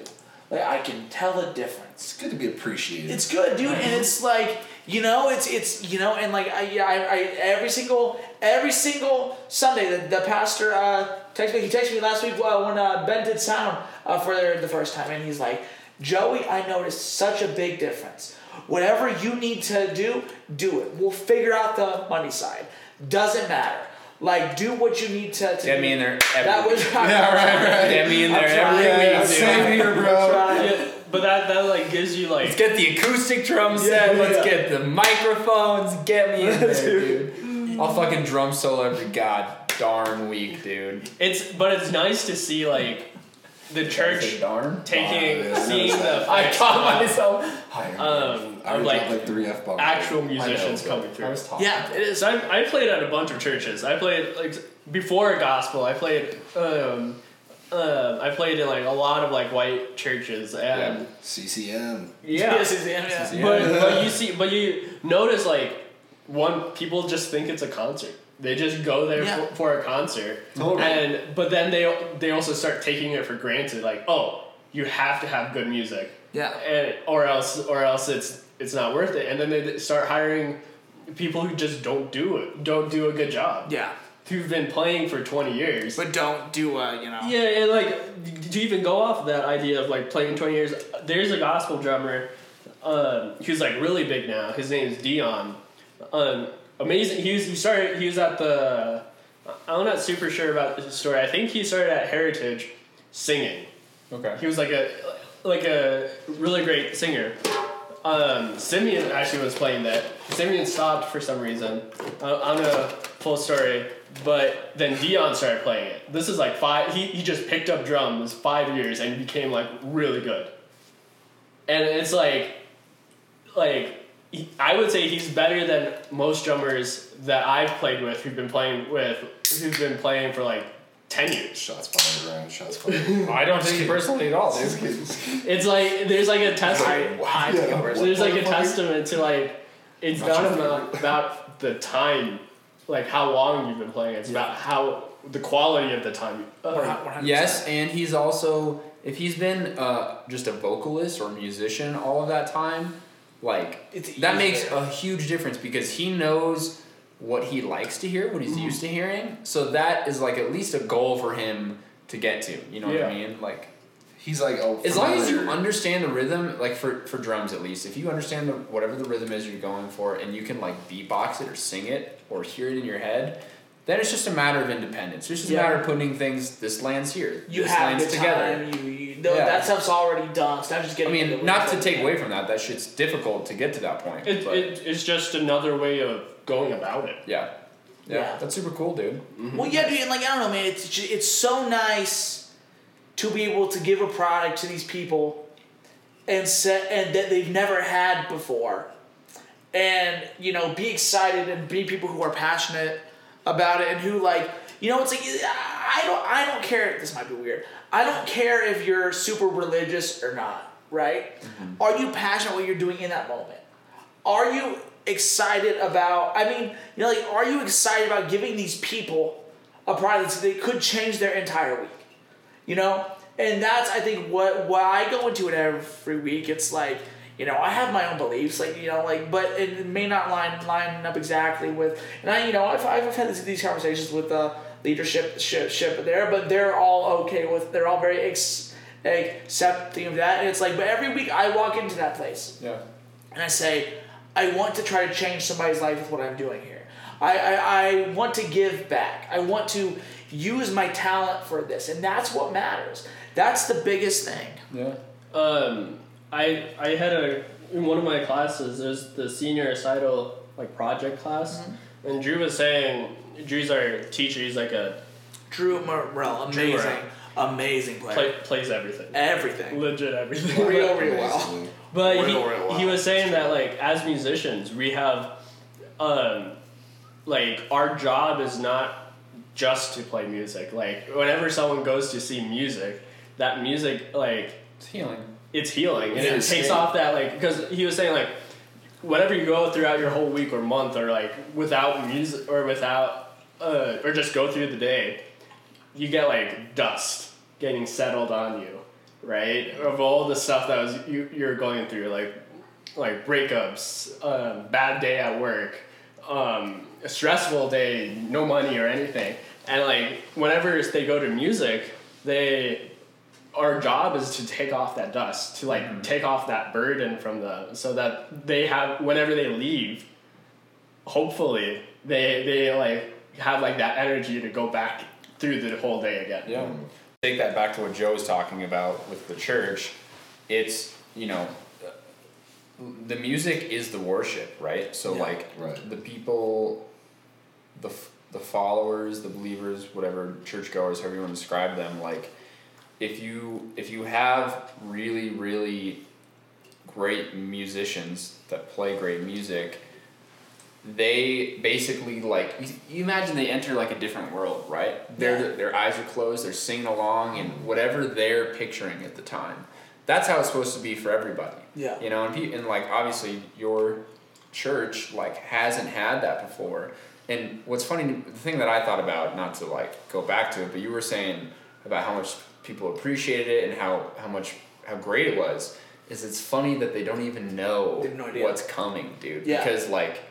Like I can tell the difference."
It's good to be appreciated.
It's good, dude,
Uh-huh.
and it's like you know, it's it's you know, and like I yeah, I, I every single every single Sunday the, the pastor uh texted me. He texted me last week uh, when uh, Ben did sound uh, for the, the first time, and he's like, Joey, I noticed such a big difference. Whatever you need to do, do it. We'll figure out the money side. Doesn't matter. Like, do what you need to. to
Get me in there every
That was
week.
Yeah, right, right.
Get me in
I'm
there
trying.
every
Yeah, yeah,
week, dude.
same here, bro.
Yeah, but that that like gives you like
Let's get the acoustic drum set.
Yeah,
Let's
yeah.
get the microphones. Get me in there, dude. I'll fucking drum solo every god darn week, dude.
it's but it's nice to see like the church
darn.
taking
Darn, yeah, I
seeing
noticed
the
that.
I
fights,
caught myself.
Higher.
um
I
or
would like,
like
like three F bombs.
actual
I know,
musicians
but
coming
I
through.
was talking.
Yeah, it is.
So I, I played at a bunch of churches. I played like before gospel. I played um, um I played in like a lot of like white churches and
CCM.
yeah.
Yes, it's the end, yeah.
But but you see but you notice like one people just think it's a concert. They just go there
Yeah.
for, for a concert,
Totally.
and but then they they also start taking it for granted. Like oh, you have to have good music,
Yeah.
and or else or else it's it's not worth it. And then they start hiring people who just don't do it, don't do a good job,
Yeah.
who've been playing for twenty years.
But don't do, uh, you know.
Yeah, and like, d- did you even go off that idea of like playing 20 years? There's a gospel drummer um, who's like really big now. His name is Dion. Um, amazing. He was he started. He was at the. I'm not super sure about his story. I think he started at Heritage, singing.
Okay.
He was like a like a really great singer. Um, Simeon actually was playing that. Simeon stopped for some reason. I, I don't know full story, but then Dion started playing it. This is like five. He he just picked up drums five years and became like really good. And it's like, like he- I would say he's better than most drummers that I've played with who've been playing with who've been playing for like ten years.
Shots fired, Ryan. Shots fired.
I don't take it personally at all, dude.
It's like there's like a test.
I take it personally.
There's like a testament to like it's not about about the time, like how long you've been playing. It's about how the quality of the time. Uh,
We're not- we're not-
Yes, and he's also if he's been uh, just a vocalist or musician all of that time, like
It's
that makes
easier.
a huge difference because he knows what he likes to hear, what he's used to hearing. So that is like at least a goal for him to get to. You know
Yeah.
what I mean? Like
He's like, oh,
as long as you
familiar.
understand the rhythm, like for for drums at least, if you understand the, whatever the rhythm is you're going for, and you can like beatbox it or sing it or hear it in your head, then it's just a matter of independence. It's just
Yeah.
a matter of putting things. This lands here.
You
this
have
lands
the
together.
time. You, you, no,
Yeah.
That stuff's already done. Stuff just
I
getting. into
mean,
the
not to
rhythm.
take away from that. That shit's difficult to get to that point.
It,
but
it, it's just another way of going about it.
yeah. yeah,
Yeah.
that's super cool, dude.
Well, yeah, dude. and, Like I don't know, man. It's ju- it's so nice to be able to give a product to these people, and set and that they've never had before, and you know, be excited and be people who are passionate about it and who like you know, it's like I don't I don't care. This might be weird. I don't care if you're super religious or not. Right? Are you passionate what you're doing in that moment? are you excited about i mean you know like are you excited about giving these people a product that they could change their entire week you know and that's i think what why i go into it every week it's like you know i have my own beliefs like you know like but it may not line line up exactly with and i you know i've, I've had this, these conversations with uh, leadership ship, ship there but they're all okay with they're all very ex- accepting of that and it's like but every week i walk into that place
Yeah,
and I say, I want to try to change somebody's life with what I'm doing here. I, I, I want to give back. I want to use my talent for this. And that's what matters. That's the biggest thing.
yeah.
Um, I I had a in one of my classes. There's the senior recital like project class, and Drew was saying Drew's our teacher. He's like a
Drew Morrell,
Drew
amazing,
Morrell.
amazing player.
play, plays everything,
Everything.
legit everything.
Real, real well.
Basically.
But
We're
he,
going wild.
he was saying that like as musicians we have um like our job is not just to play music. Like whenever someone goes to see music, that music like
It's healing.
it's healing and
Yeah,
it
it's
takes
healing.
off that like because he was saying like whatever you go throughout your whole week or month or like without music or without uh, or just go through the day you get like dust getting settled on you right of all the stuff that was you, you're going through like like breakups um, bad day at work um, a stressful day no money or anything and like whenever they go to music they our job is to take off that dust, to like
Mm-hmm.
take off that burden from them, so that they have whenever they leave, hopefully they they like have like that energy to go back through the whole day again.
Yeah. Um, Take that back to what Joe was talking about with the church. It's, you know, the music is the worship, right? So,
Yeah,
like,
right.
the people, the, f- the followers, the believers, whatever, churchgoers, however you want to describe them, like, if you if you have really really great musicians that play great music they basically like you, you imagine they enter like a different world right their their eyes are closed they're singing along and whatever they're picturing at the time that's how it's supposed to be for everybody
Yeah.
you know and, pe- and like obviously your church like hasn't had that before and what's funny the thing that i thought about not to like go back to it but you were saying about how much people appreciated it and how how much how great it was is it's funny that they don't even know
They have no idea.
what's coming dude
Yeah.
because like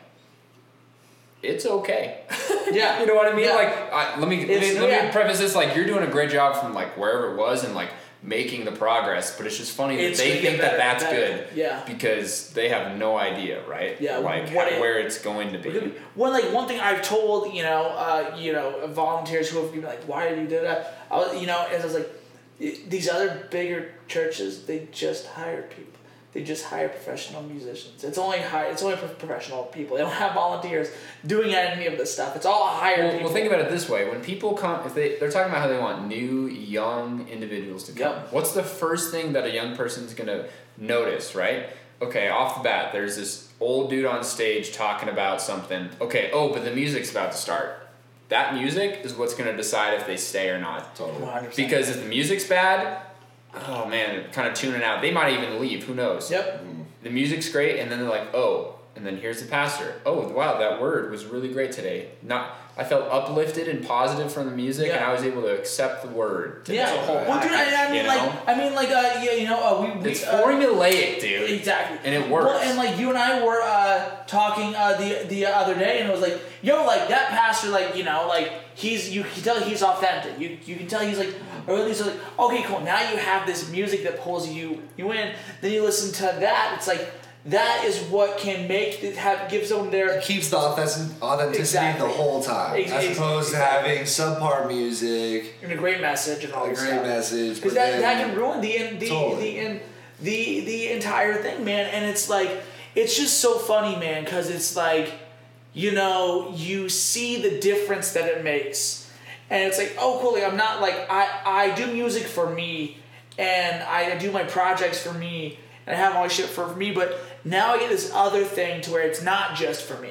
it's okay.
Yeah.
you know what I mean?
Yeah.
Like, I, let me let,
It's-
me, let
yeah.
me preface this. Like, you're doing a great job from like wherever it was and like making the progress. But it's just funny that
It's
they
gonna get
think
better,
that that's
better.
good.
Yeah.
Because they have no idea, right?
Yeah,
Like
what
how-
it-
where it's going to be.
One like one thing I've told you know uh, you know volunteers who have been like why do you do that I was, you know and I was like these other bigger churches they just hire people they just hire professional musicians it's only hire, it's only pro- professional people they don't have volunteers doing any of this stuff it's all hired
Well,
people
well, think about it this way: when people come, if they they're talking about how they want new young individuals to come,
Yep.
what's the first thing that a young person's gonna notice? Right? Okay, off the bat, there's this old dude on stage talking about something. Okay, oh, but the music's about to start. That music is what's gonna decide if they stay or not.
Totally.
100%.
Because if the music's bad, oh man, they're kind of tuning out. They might even leave. Who knows?
yep
the music's great and then they're like oh and then here's the pastor oh wow that word was really great today not i felt uplifted and positive from the music and
Yeah.
i was able to accept the word today.
yeah well dude I, I mean
you know?
like I mean like uh, yeah you know uh, we, we
it's
uh,
formulaic dude
Exactly.
And it works.
Well, and like you and I were uh, talking uh, the the other day, and it was like, yo, like that pastor, like you know, like he's you can tell he's authentic. You you can tell he's like, or at least like, okay, cool. Now you have this music that pulls you you in. Then you listen to that. It's like that is what can make it have give someone their
It keeps the authentic- authenticity
Exactly.
the whole time,
Ex- ex-
as opposed
exactly.
to having subpar music,
and a great message and all
a great
this stuff.
message, but
Because that,
then
that can ruin the in, the
Totally.
the in, the the entire thing, man. And it's like it's just so funny, man, because it's like you know you see the difference that it makes, and it's like oh cool, like, I'm not like I I do music for me, and I do my projects for me, and I have all my shit for me, but now I get this other thing to where it's not just for me,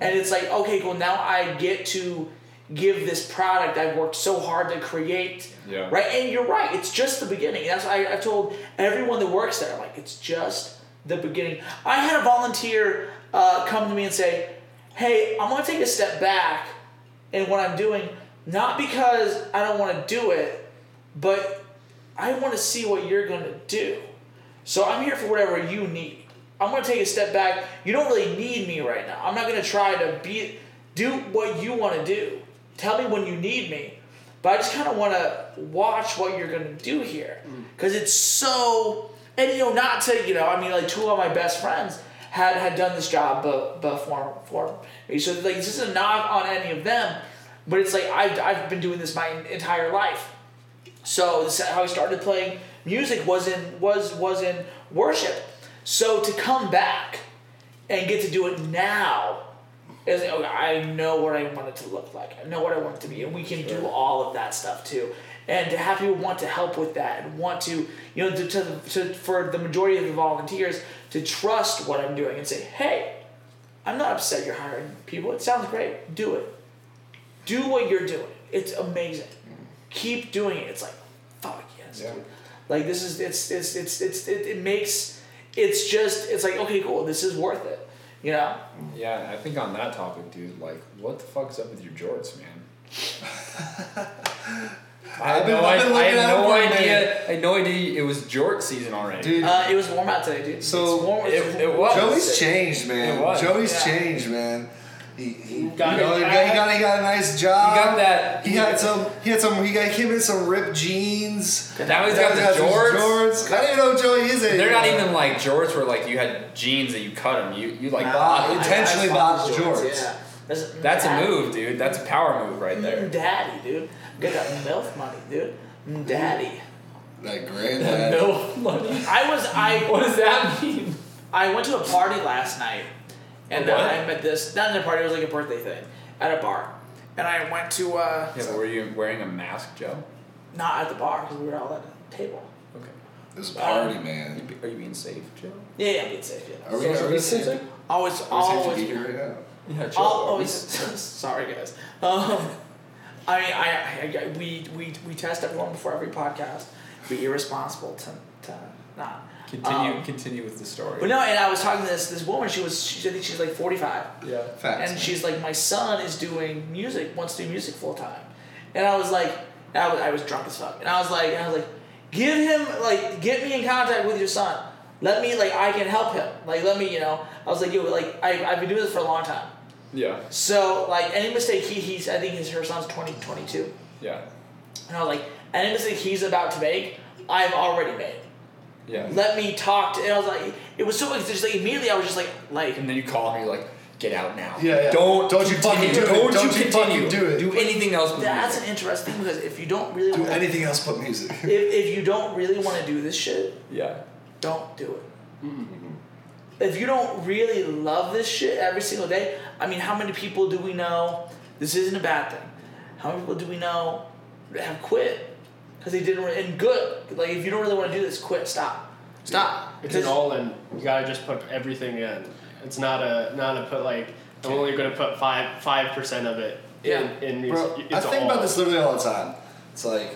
and it's like okay cool, now I get to give this product I've worked so hard to create
Yeah.
right and you're right. It's just the beginning. That's why I, I've told everyone that works there. I'm like, it's just the beginning. I had a volunteer uh, come to me and say, "Hey, I'm gonna take a step back in what I'm doing, not because I don't want to do it, but I want to see what you're gonna do. So I'm here for whatever you need. I'm gonna take a step back. You don't really need me right now. I'm not gonna try to be do what you want to do. Tell me when you need me, but I just kind of want to watch what you're gonna do here, because it's so. And you know, not to you know, I mean, like two of my best friends had had done this job but before for me. So like, this isn't a knock on any of them, but it's like I've I've been doing this my entire life. So this is how I started playing music was in was was in worship. So to come back and get to do it now is okay, I know what I want it to look like. I know what I want it to be, and we can do all of that stuff too. And to have people want to help with that and want to you know to, to, to for the majority of the volunteers to trust what I'm doing and say, hey, I'm not upset you're hiring people. It sounds great. Do it. Do what you're doing. It's amazing. Keep doing it. It's like, fuck yes.
Yeah.
dude. Like this is it's it's it's it's it, it makes it's just it's like okay cool this is worth it you know
yeah i think on that topic dude like what the fuck's up with your jorts man I
I've
have
been-
no,
I've
I,
been
I
looking at
have
it
no
for a
idea. I had no idea it was jort season already.
dude.
uh, it was warm out today dude
So,
it's warm,
it,
it's-
it was.
Joey's changed, man.
It was.
Joey's
Yeah.
changed, man. He, he
Got
you know,
it.
he got, he got he got a nice job.
He got that-
He had some. He had some. He got came in some ripped jeans.
Now he's got the
some
Jorts.
Jorts. I don't even know what Joey is anymore.
They're not even like jorts where like you had jeans that you cut them. You you like
Nah,
bought-
intentionally bought the jorts.
Yeah. That's,
That's a
daddy.
move, dude. That's a power move right there.
Daddy, dude. Get that MILF money,
Mm-hmm.
dude. Daddy.
That granddad.
I was I
What does that mean?
I went to a party last night, and
A what?
I met this. Not in a party. It was like a birthday thing at a bar, and I went to uh,
Yeah, but were you wearing a mask, Joe?
not at the bar because we were all at a table.
Okay.
This party man.
You- Are you being safe, Joe?
Yeah, yeah, being safe. Yeah.
Are we, are we safe? Are
Always,
we safe to be
always,
here right now?
Yeah, Joe.
Oh,
al- always. Oh, sorry, guys. Um, I mean, I, I, I we, we we test everyone before every podcast. Be irresponsible to to not.
Continue.
Um,
continue with the story.
But no, and I was talking to this this woman. She was she, I think she's like forty five.
Yeah.
Facts.
and she's like, my son is doing music, wants to do music full time, and I was like, and I was, I was drunk as fuck, and I was like, and I was like, give him like, get me in contact with your son. Let me like, I can help him. Like, let me, you know. I was like, yo, like, I, I've been doing this for a long time.
yeah.
So like, any mistake he he's, I think his her son's twenty twenty two,
Yeah.
and I was like, any mistake he's about to make, I've already made.
Yeah.
Let me talk to. And I was like, it was so like, just like immediately, I was just like, like,
Mm-hmm.
and then you call him. You're like, get out now.
Yeah, yeah.
Don't.
Don't you
continue.
fucking do it.
Don't,
Don't
you
you
continue.
fucking do it.
Do anything else. But
that's an
music.
interesting thing because if you don't really
Do
wanna-
anything else but music.
if, if you don't really want to do this shit,
yeah.
don't do it.
Mm-hmm.
If you don't really love this shit every single day, I mean, how many people do we know? This isn't a bad thing. How many people do we know that have quit because they didn't? Re- and good. Like, if you don't really want to do this, quit. Stop. Stop.
It's an all in. You gotta just put everything in. It's not a not a put like I'm only gonna put five five percent of it.
Yeah.
in, in music.
Bro,
It's
I think
all.
about this literally all the time. It's like,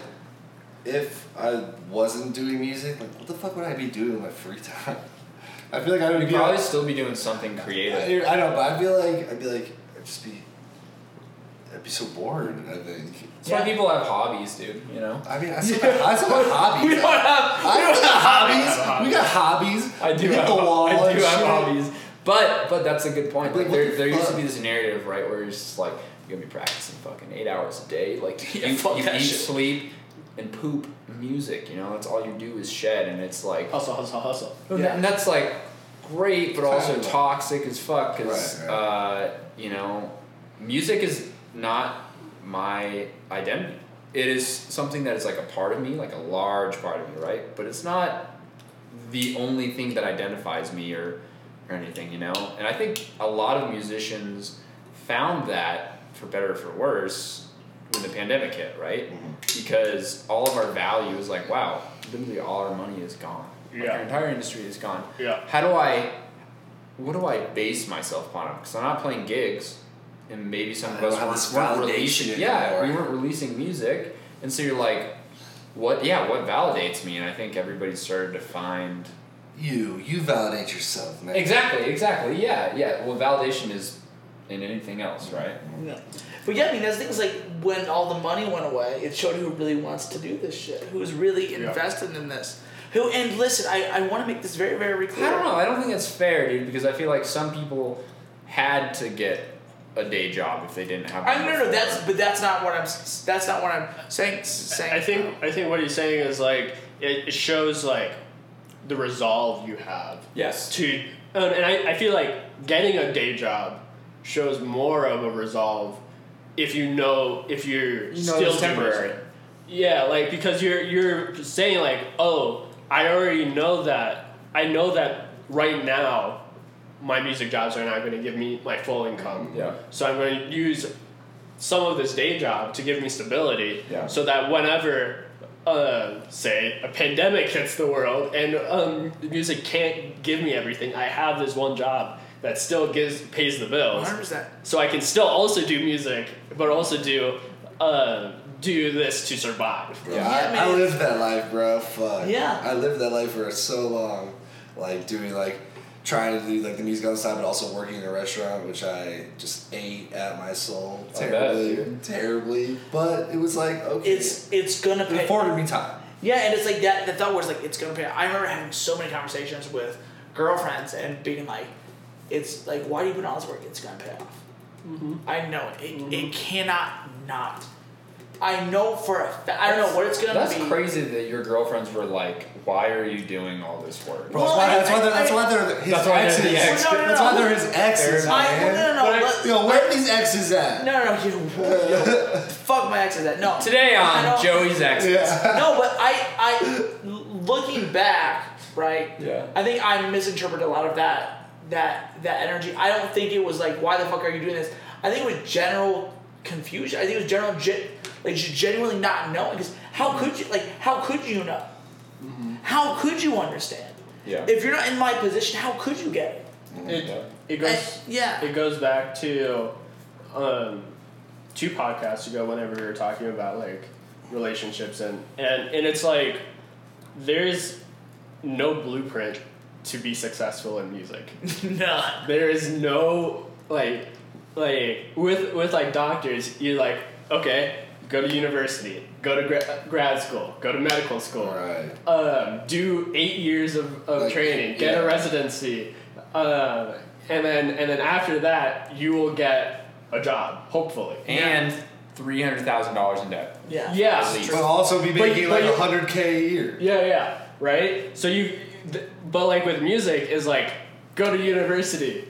if I wasn't doing music, like, what the fuck would I be doing in my free time? I feel like I would
You'd
be.
probably
like-
still be doing something creative.
I, I know, but I'd be like, I'd be like, I'd just be, I'd be so bored. I think.
That's why people have hobbies, dude. You know.
I mean, I still got, I still got hobbies.
We don't have.
I don't got
have
hobbies. We got hobbies.
I do
We hit
have,
the wall.
I
and
do have
shit.
hobbies. But but that's a good point.
Like,
Like
what
there,
the
there used to
fuck?
be this narrative, right, where you're just like you're gonna be practicing fucking eight hours a day. Like
Yeah,
you,
fuck
you
that
eat,
shit.
sleep, and poop music, you know, that's all you do is shed and it's like
hustle, hustle, hustle.
Yeah.
and that's like great but also
Fabulous.
toxic as fuck because
Right, right.
uh, you know music is not my identity. It is something that is like a part of me, like a large part of me, right? But it's not the only thing that identifies me or or anything, you know? And I think a lot of musicians found that, for better or for worse, when the pandemic hit, right?
Mm-hmm.
Because all of our value is like, wow, literally all our money is gone. Like
Yeah.
our entire industry is gone.
Yeah.
How do I what do I base myself upon? Because I'm not playing gigs and maybe some
I
of
don't
us
have
weren't,
this
weren't
validation
releasing yeah,
anymore.
we weren't releasing music. And so you're like, what yeah, what validates me? And I think everybody started to find
You, you validate yourself, man.
Exactly, exactly. Yeah, yeah. Well, validation is in anything else, right?
No. But yeah, I mean, that's the thing is like when all the money went away, it showed who really wants to do this shit, who's really
Yeah.
invested in this. Who and listen, I, I want to make this very very clear.
I don't know. I don't think that's fair, dude, because I feel like some people had to get a day job if they didn't have.
I
one
no no
before.
that's but that's not what I'm s- that's not what I'm saying. s- saying
I think I think what he's saying is like it, it shows like the resolve you have
yes.
to, and, and I, I feel like getting a day job shows more of a resolve if you know if you're
You know
still
it's
doing
temporary.
it. Yeah, like because you're you're saying like, oh, I already know that. I know that right now, my music jobs are not going to give me my full income.
Yeah.
So I'm going to use some of this day job to give me stability.
Yeah.
So that whenever, uh, say, a pandemic hits the world and um, music can't give me everything, I have this one job that still gives pays the bills
100%.
so I can still also do music, but also do uh, do this to survive.
Bro,
Yeah,
I,
man.
I lived that life, bro. Fuck.
Yeah.
I lived that life for so long, like doing like trying to do like the music on the side, but also working in a restaurant, which I just ate at my soul
I bet,
terribly,
dude.
terribly. But it was like okay,
it's it's gonna
it
pay.
afforded me time.
Yeah, and it's like that. The thought was like, it's gonna pay. I remember having so many conversations with girlfriends and being like, it's like, why do you put all this work? It's gonna pay off. I know it. It, it cannot not. I know for a fact. I don't know what it's gonna
That's
be.
crazy that your girlfriends were like, "Why are you doing all this work?"
Bro,
Well,
that's, why,
I-
that's, why they're, that's
I-
why they're his
That's why they're
exes.
the ex.
No, no, no,
That's why
no.
they're his exes,
They're
I, no,
man.
no, no.
But I-
let-
Yo, where are these exes at?
no, no, no. You, yo, fuck my ex is that no.
Today
I
on
don't-
Joey's exes.
Yeah.
no, but I, I, looking back, right?
Yeah.
I think I misinterpreted a lot of that, that, that energy. I don't think it was like, why the fuck are you doing this? I think it was general confusion. I think it was general, gen- like, just genuinely not knowing. Because how could you, like, how could you know?
Mm-hmm.
How could you understand?
Yeah.
If you're not in my position, how could you get it?
It, it
I-
goes
yeah.
it goes back to um, two podcasts ago whenever we were talking about like relationships and and and it's like there's no blueprint to be successful in music.
None.
There is no like like with with like doctors, you're like, okay, go to university, go to gra- grad school, go to medical school.
Right.
Um, do eight years of, of
Like,
training, get
yeah.
a residency, um, and then and then after that, you will get a job, hopefully.
And three hundred thousand dollars in debt.
Yeah.
yeah,
Really?
But also be
But-
making
but
like
you-
hundred k a year.
yeah, yeah, right. So you, th- but like with music, is like go to university,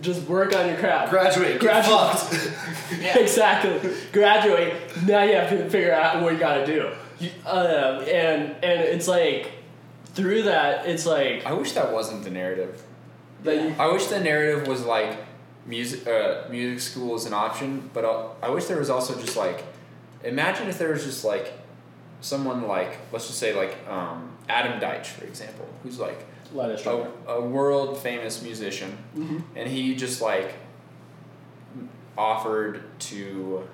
just work on your craft,
Graduate, get
Graduate.
fucked.
Yeah.
exactly. Graduate. Now you have to figure out what you gotta do. You, um, and and it's like through that, it's like
I wish that wasn't the narrative.
that you.
I wish the narrative was like music. Uh, music school is an option, but uh, I wish there was also just like, imagine if there was just like, someone like let's just say like um, Adam Deitch for example, who's like
Let us
a, a world famous musician,
Mm-hmm.
and he just like offered to,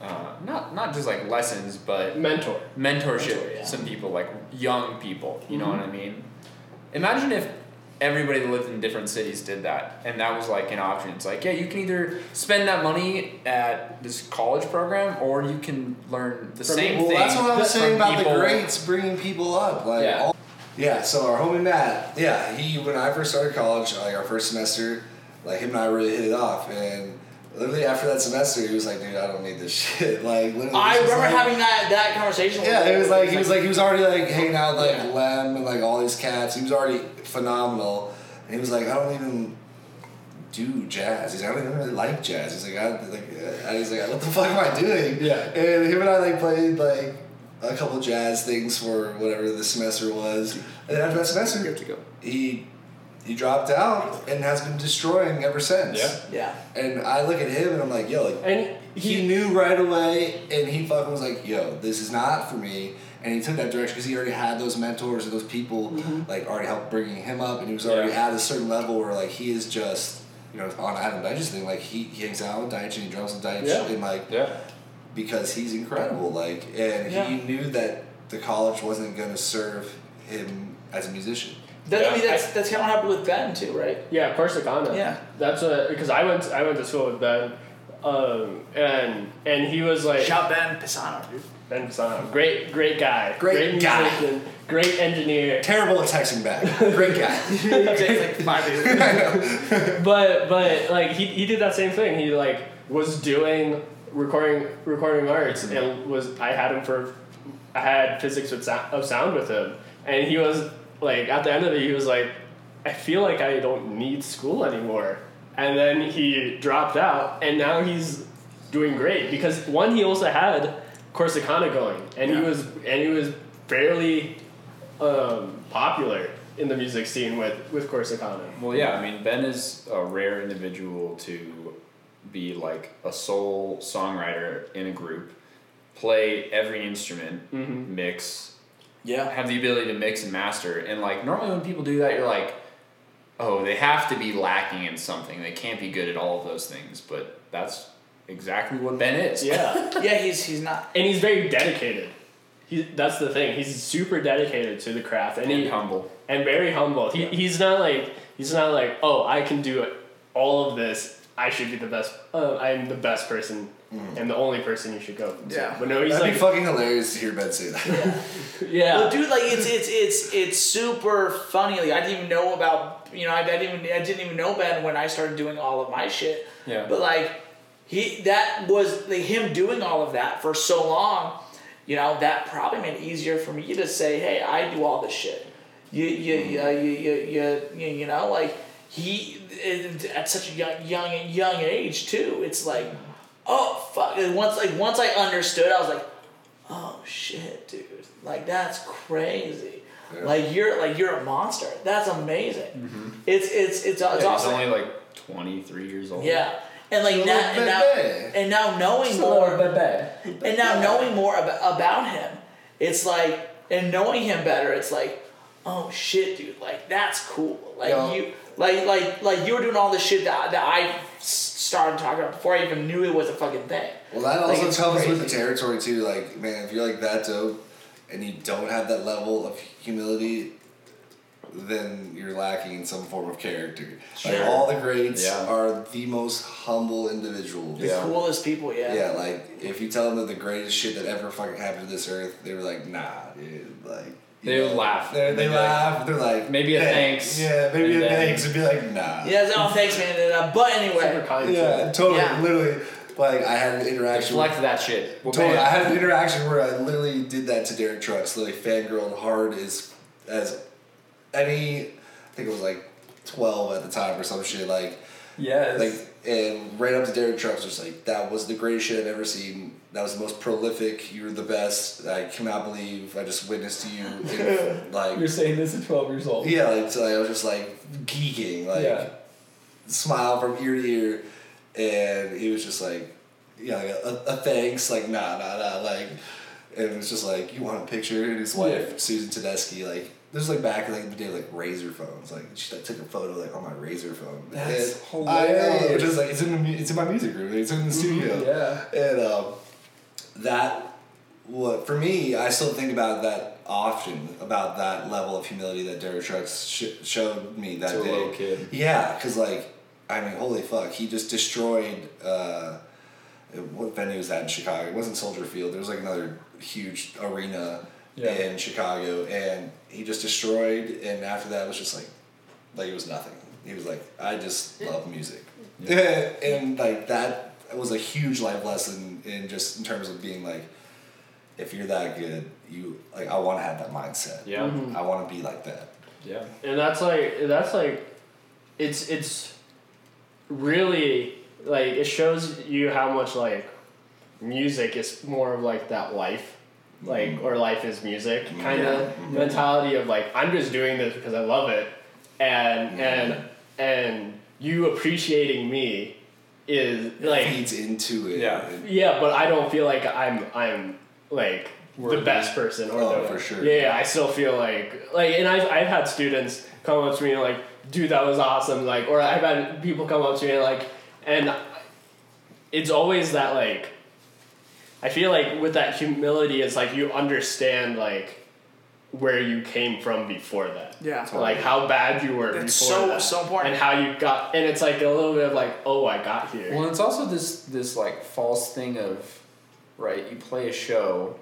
uh, not not just like lessons, but
Mentor.
mentorship
Mentor, yeah.
some people like young people you know what
Mm-hmm.
i mean imagine if everybody that lived in different cities did that and that was like an option it's like yeah you can either spend that money at this college program or you can learn the same
well,
thing
that's what I was
from
saying about
people-
the greats bringing people up. Like,
Yeah.
all- yeah. So our homie Matt, yeah, he when I first started college, like our first semester, like him and I really hit it off, and literally after that semester, he was like, "Dude, I don't need this shit." Like, literally,
I
this was
remember
like-
having that, that conversation with
Yeah,
him.
it was like he was like he was already like hanging out with, like Lem and like all these cats. He was already phenomenal, and he was like, I don't even do jazz. He's like, I don't even really like jazz. He's like, I like, uh, he's like, what the fuck am I doing?
Yeah.
And him and I like played like a couple jazz things for whatever the semester was, and then after that semester,
to go
he he dropped out and has been destroying ever since.
Yeah.
Yeah.
And I look at him and I'm like, yo, like
And
he,
he,
knew right away, and he fucking was like, "Yo, this is not for me." And he took that direction because he already had those mentors and those people like already helped bringing him up, and he was already
Yeah.
at a certain level where like he is just you know on Adam Deitch's thing, like he, he hangs out with Deitch and he drums with Deitch,
Yeah.
and like
yeah
because he's incredible, like and
Yeah.
he knew that the college wasn't gonna serve him as a musician.
That, I mean,
Yeah.
that's that's kind of what happened with Ben too, right?
yeah, Corsicana.
Yeah.
That's what because I went I went to school with Ben, um, and and he was like
Shout Ben Pisano, dude.
Ben Pisano, great great guy,
Great guy.
musician, great engineer,
Terrible at texting back. Great guy.
Takes like five years.
but but like he, he did that same thing. He like was doing recording recording arts and was I had him for I had physics with sound, of sound with him, and he was like at the end of it he was like I feel like I don't need school anymore, and then he dropped out, and now he's doing great because one he also had Corsicana going, and he
Yeah.
was and he was fairly um, popular in the music scene with with Corsicana.
well yeah i mean ben is a rare individual to be like a sole songwriter in a group play every instrument mix
Yeah.
have the ability to mix and master. And like normally when people do that, you're like, oh, they have to be lacking in something. They can't be good at all of those things. But that's exactly what Ben is.
Yeah.
Yeah, he's he's not.
and he's very dedicated. He, that's the thing. He's super dedicated to the craft, and,
And
he
humble.
and very humble. He,
Yeah.
he's not like he's not like oh I can do it, all of this. I should be the best. Uh, I'm the best person and the only person you should go. to."
Yeah.
but no, he's
That'd
like
be fucking hilarious to hear Ben say that.
yeah.
Well, dude, like it's it's it's it's super funny. Like I didn't even know about you know, I, I didn't even I didn't even know Ben when I started doing all of my shit.
Yeah.
But like, he that was like him doing all of that for so long. You know, that probably made it easier for me to say, hey, I do all this shit. You you you you you you, you, you know like he and at such a young young young age too. It's like, oh fuck! And once like once I understood, I was like, oh shit, dude, like that's crazy. Like you're like you're a monster. That's amazing. It's it's it's, it's
Mm-hmm. Yeah, he's
awesome.
only like 23 years old.
yeah, and like
Still
now
a
and now,
bebe.
and now knowing more and now knowing more about, about him, it's like, and knowing him better, it's like, oh shit, dude, like that's cool. Like
Yeah.
you, like like like you were doing all this shit that that I s- started talking about before I even knew it was a fucking thing.
Well, that
Like,
also
it's
comes with the
crazy.
territory too. Like, man, if you're like that dope, and you don't have that level of humility, then you're lacking in some form of character. Like
Sure.
all the greats
Yeah.
are the most humble individuals.
The
Yeah.
coolest people, yeah.
Yeah, like if you tell them that the greatest shit that ever fucking happened to this earth, they were like, nah, dude, like. you
They would laugh.
They're, they
They'd be like,
laugh. they're like
maybe a thanks.
Yeah, maybe
And
a
then-
thanks, and be like, nah.
Yeah, so, oh, thanks, man. and, uh, But
Super
anyway,
kind.
yeah, totally,
Yeah.
literally. Like I had an interaction. with-
Reflect that shit. Well,
Totally. I
man,
had an interaction where I literally did that to Derek Trucks, literally fangirled hard as as any I think it was like twelve at the time or some shit, like
Yes.
like and right up to Derek Trucks was like, that was the greatest shit I've ever seen. That was the most prolific, you were the best. I cannot believe I just witnessed you in, like
You're saying this at 12 years old.
yeah, like, so I was just like geeking, like
Yeah.
smile from ear to ear, and he was just like, yeah, like a, a thanks, like nah, nah, nah, like, and it was just like you want a picture, and his wife Susan Tedeschi, like this was like back in like the day, like razor phones, like she like took a photo like on my razor phone.
That's
And I know,
hilarious. Mm-hmm.
it's just like it's in the, mu- it's in my music room, it's in the studio,
Yeah.
and um, that what for me, I still think about that often about that level of humility that Derek Trucks sh- showed me that
To a
day.
little kid.
Yeah, because like I mean, holy fuck, he just destroyed. Uh, what venue was that in Chicago? It wasn't Soldier Field. There was like another huge arena
Yeah.
in Chicago, and he just destroyed. And after that, it was just like, like it was nothing. He was like, I just love music, and like that was a huge life lesson in just in terms of being like, if you're that good, you like I want to have that mindset.
Yeah.
Mm-hmm.
I want to be like that.
Yeah.
and that's like that's like it's it's really like it shows you how much like music is more of like that life like or life is music kind of mentality of like i'm just doing this because i love it and and and you appreciating me is like
Feeds into it.
Yeah.
yeah, but I don't feel like I'm I'm like the
Worthy.
best person or
Oh,
the,
for sure.
Yeah, I still feel like like and I've I've had students come up to me and like, dude, that was awesome, like or I've had people come up to me and like and it's always that like I feel like with that humility it's like you understand like where you came from before that.
Yeah.
Like how bad you were
That's
before
so-
that.
so important.
And how you got and it's like a little bit of like, oh I got here.
Well, it's also this this like false thing of, right? You play a show,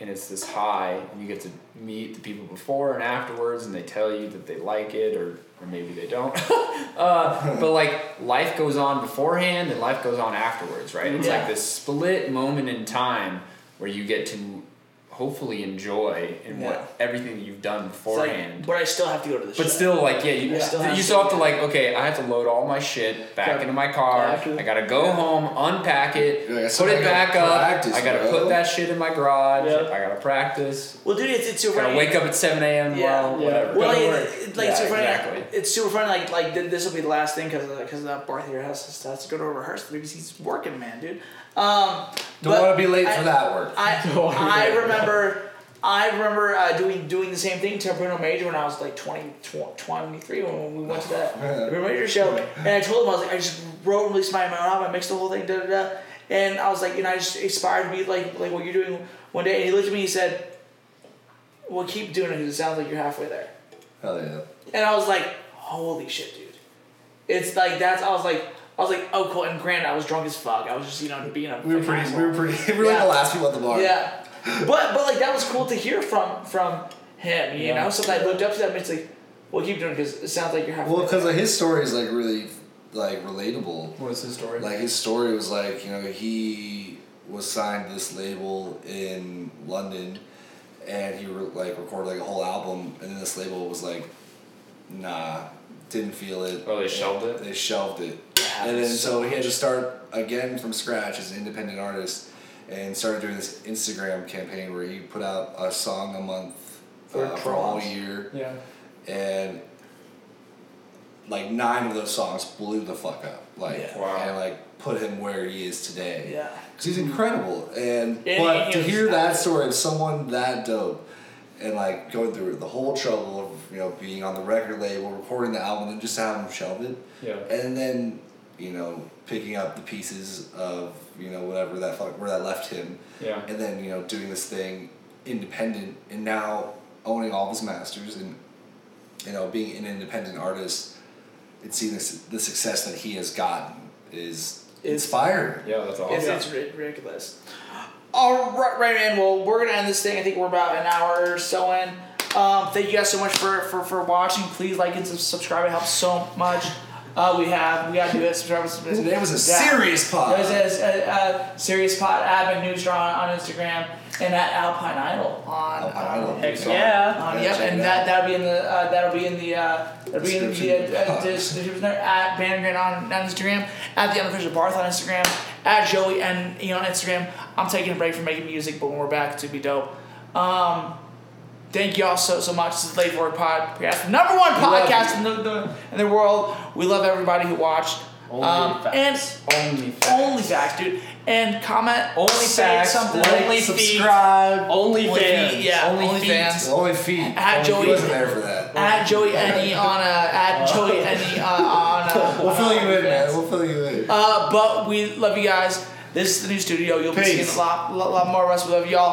and it's this high, and you get to meet the people before and afterwards, and they tell you that they like it, or or maybe they don't. uh, but like life goes on beforehand, and life goes on afterwards, right? It's
Yeah.
like this split moment in time where you get to hopefully enjoy in
Yeah.
what everything that you've done
it's
beforehand.
like, but I still have to go to the show.
But still, like, yeah, you,
Yeah.
still, you still have to, like, okay, I have to load all my shit back
Gotta
into my car.
pack it.
I gotta go home, unpack it,
You're like, I still
put it
gotta
back up.
practice,
I gotta
bro.
put that shit in my garage.
Yeah.
I gotta practice.
well, dude, it's it's super.
Gotta wake up at 7 a.m.
Yeah.
tomorrow,
Yeah.
whatever.
Well,
Go to
like,
work.
it- it- like
Yeah,
super funny.
exactly.
It's super funny. Like like th- this will be the last thing uh, because because that Barthier has has to go to a rehearsal because he's working, man, dude. Um,
Don't
but
want to be late
I-
for that work.
I I remember I remember uh, doing doing the same thing to Bruno Major when I was like 20, 20 23 when we went to that
man.
Bruno Major show, and I told him I was like I just wrote and released my my album, I mixed the whole thing, da da da, and I was like you know I just inspired me like like what you're doing one day, and he looked at me and he said, "Well, keep doing it because it sounds like you're halfway there."
Hell yeah.
And I was like, holy shit, dude. It's like that's I was like I was like, oh cool, and granted I was drunk as fuck. I was just, you know, being a
We were
fucking
pretty. We
asshole.
were pretty. We were like
Yeah.
the last people at the bar.
Yeah. But but like that was cool to hear from from him, you know, something I looked up to that and it's like, We'll keep doing because it sounds like you're halfway.
Well, because
there.
like, his story is like really like relatable.
What is his story?
Like his story was like you know he was signed to this label in London, and he re- like recorded like a whole album, and then this label was like, nah, didn't feel it.
Oh, they shelved it?
They shelved it, and then so he had to start again from scratch as an independent artist, and started doing this Instagram campaign where he put out a song a month
For
uh, for a whole
trolls.
year
yeah.
and like nine of those songs blew the fuck up. Like
Yeah.
Wow.
and like put him where he is today.
Yeah.
'Cause he's incredible. And
Yeah,
but
he-
to
he
hear
was-
that story of someone that dope and like going through the whole trouble of you know being on the record label, recording the album, and just having him shelve it,
Yeah.
and then you know picking up the pieces of you know whatever that fuck where that left him
Yeah.
and then you know doing this thing independent and now owning all of his masters and you know being an independent artist and seeing this, the success that he has gotten is
It's-
inspiring
Oh, Yeah, that's awesome.
It's, it's ri- ridiculous. All right, right, man. Well, we're gonna end this thing. I think we're about an hour or so in. Um, thank you guys so much for, for, for watching. Please like and sub- subscribe. It helps so much. Uh, we have we gotta do this. Subscribe. subscribe
today was a
Yeah.
serious pod
There's a, a, a serious pod admin newsdraw on, on Instagram and at Alpine Idol on um,
Alpine
on-
Idol.
Heck
So-
yeah.
on-
Yeah,
yep,
check
and
it
that
out.
that'll be in the uh, that'll be in the uh, that'll be in the uh,
Description.
uh, dis- description there at Vandergrand on, on Instagram, at the unofficial Barth on Instagram, at Joey and you on Instagram. I'm taking a break from making music, but when we're back, to be dope. Um, thank y'all so so much. This is Late Forward Podcast, the number one
love
podcast in the, the in the world. We love everybody who watched.
Only
um,
facts.
and
Only facts.
only facts, dude. And comment.
Only
say
facts,
Something
only
like,
feet.
subscribe
Only,
Only
fans.
feet, yeah.
Only
Only,
feet.
fans.
only feet
At
he
Joey.
wasn't there for that
At Joey Enny on a. At Joey Enny uh, on a.
we'll fill you in man we'll fill you in
Uh, but we love you guys. This is the new studio. You'll be
Peace.
seeing a lot, lot, lot more of us. We love y'all.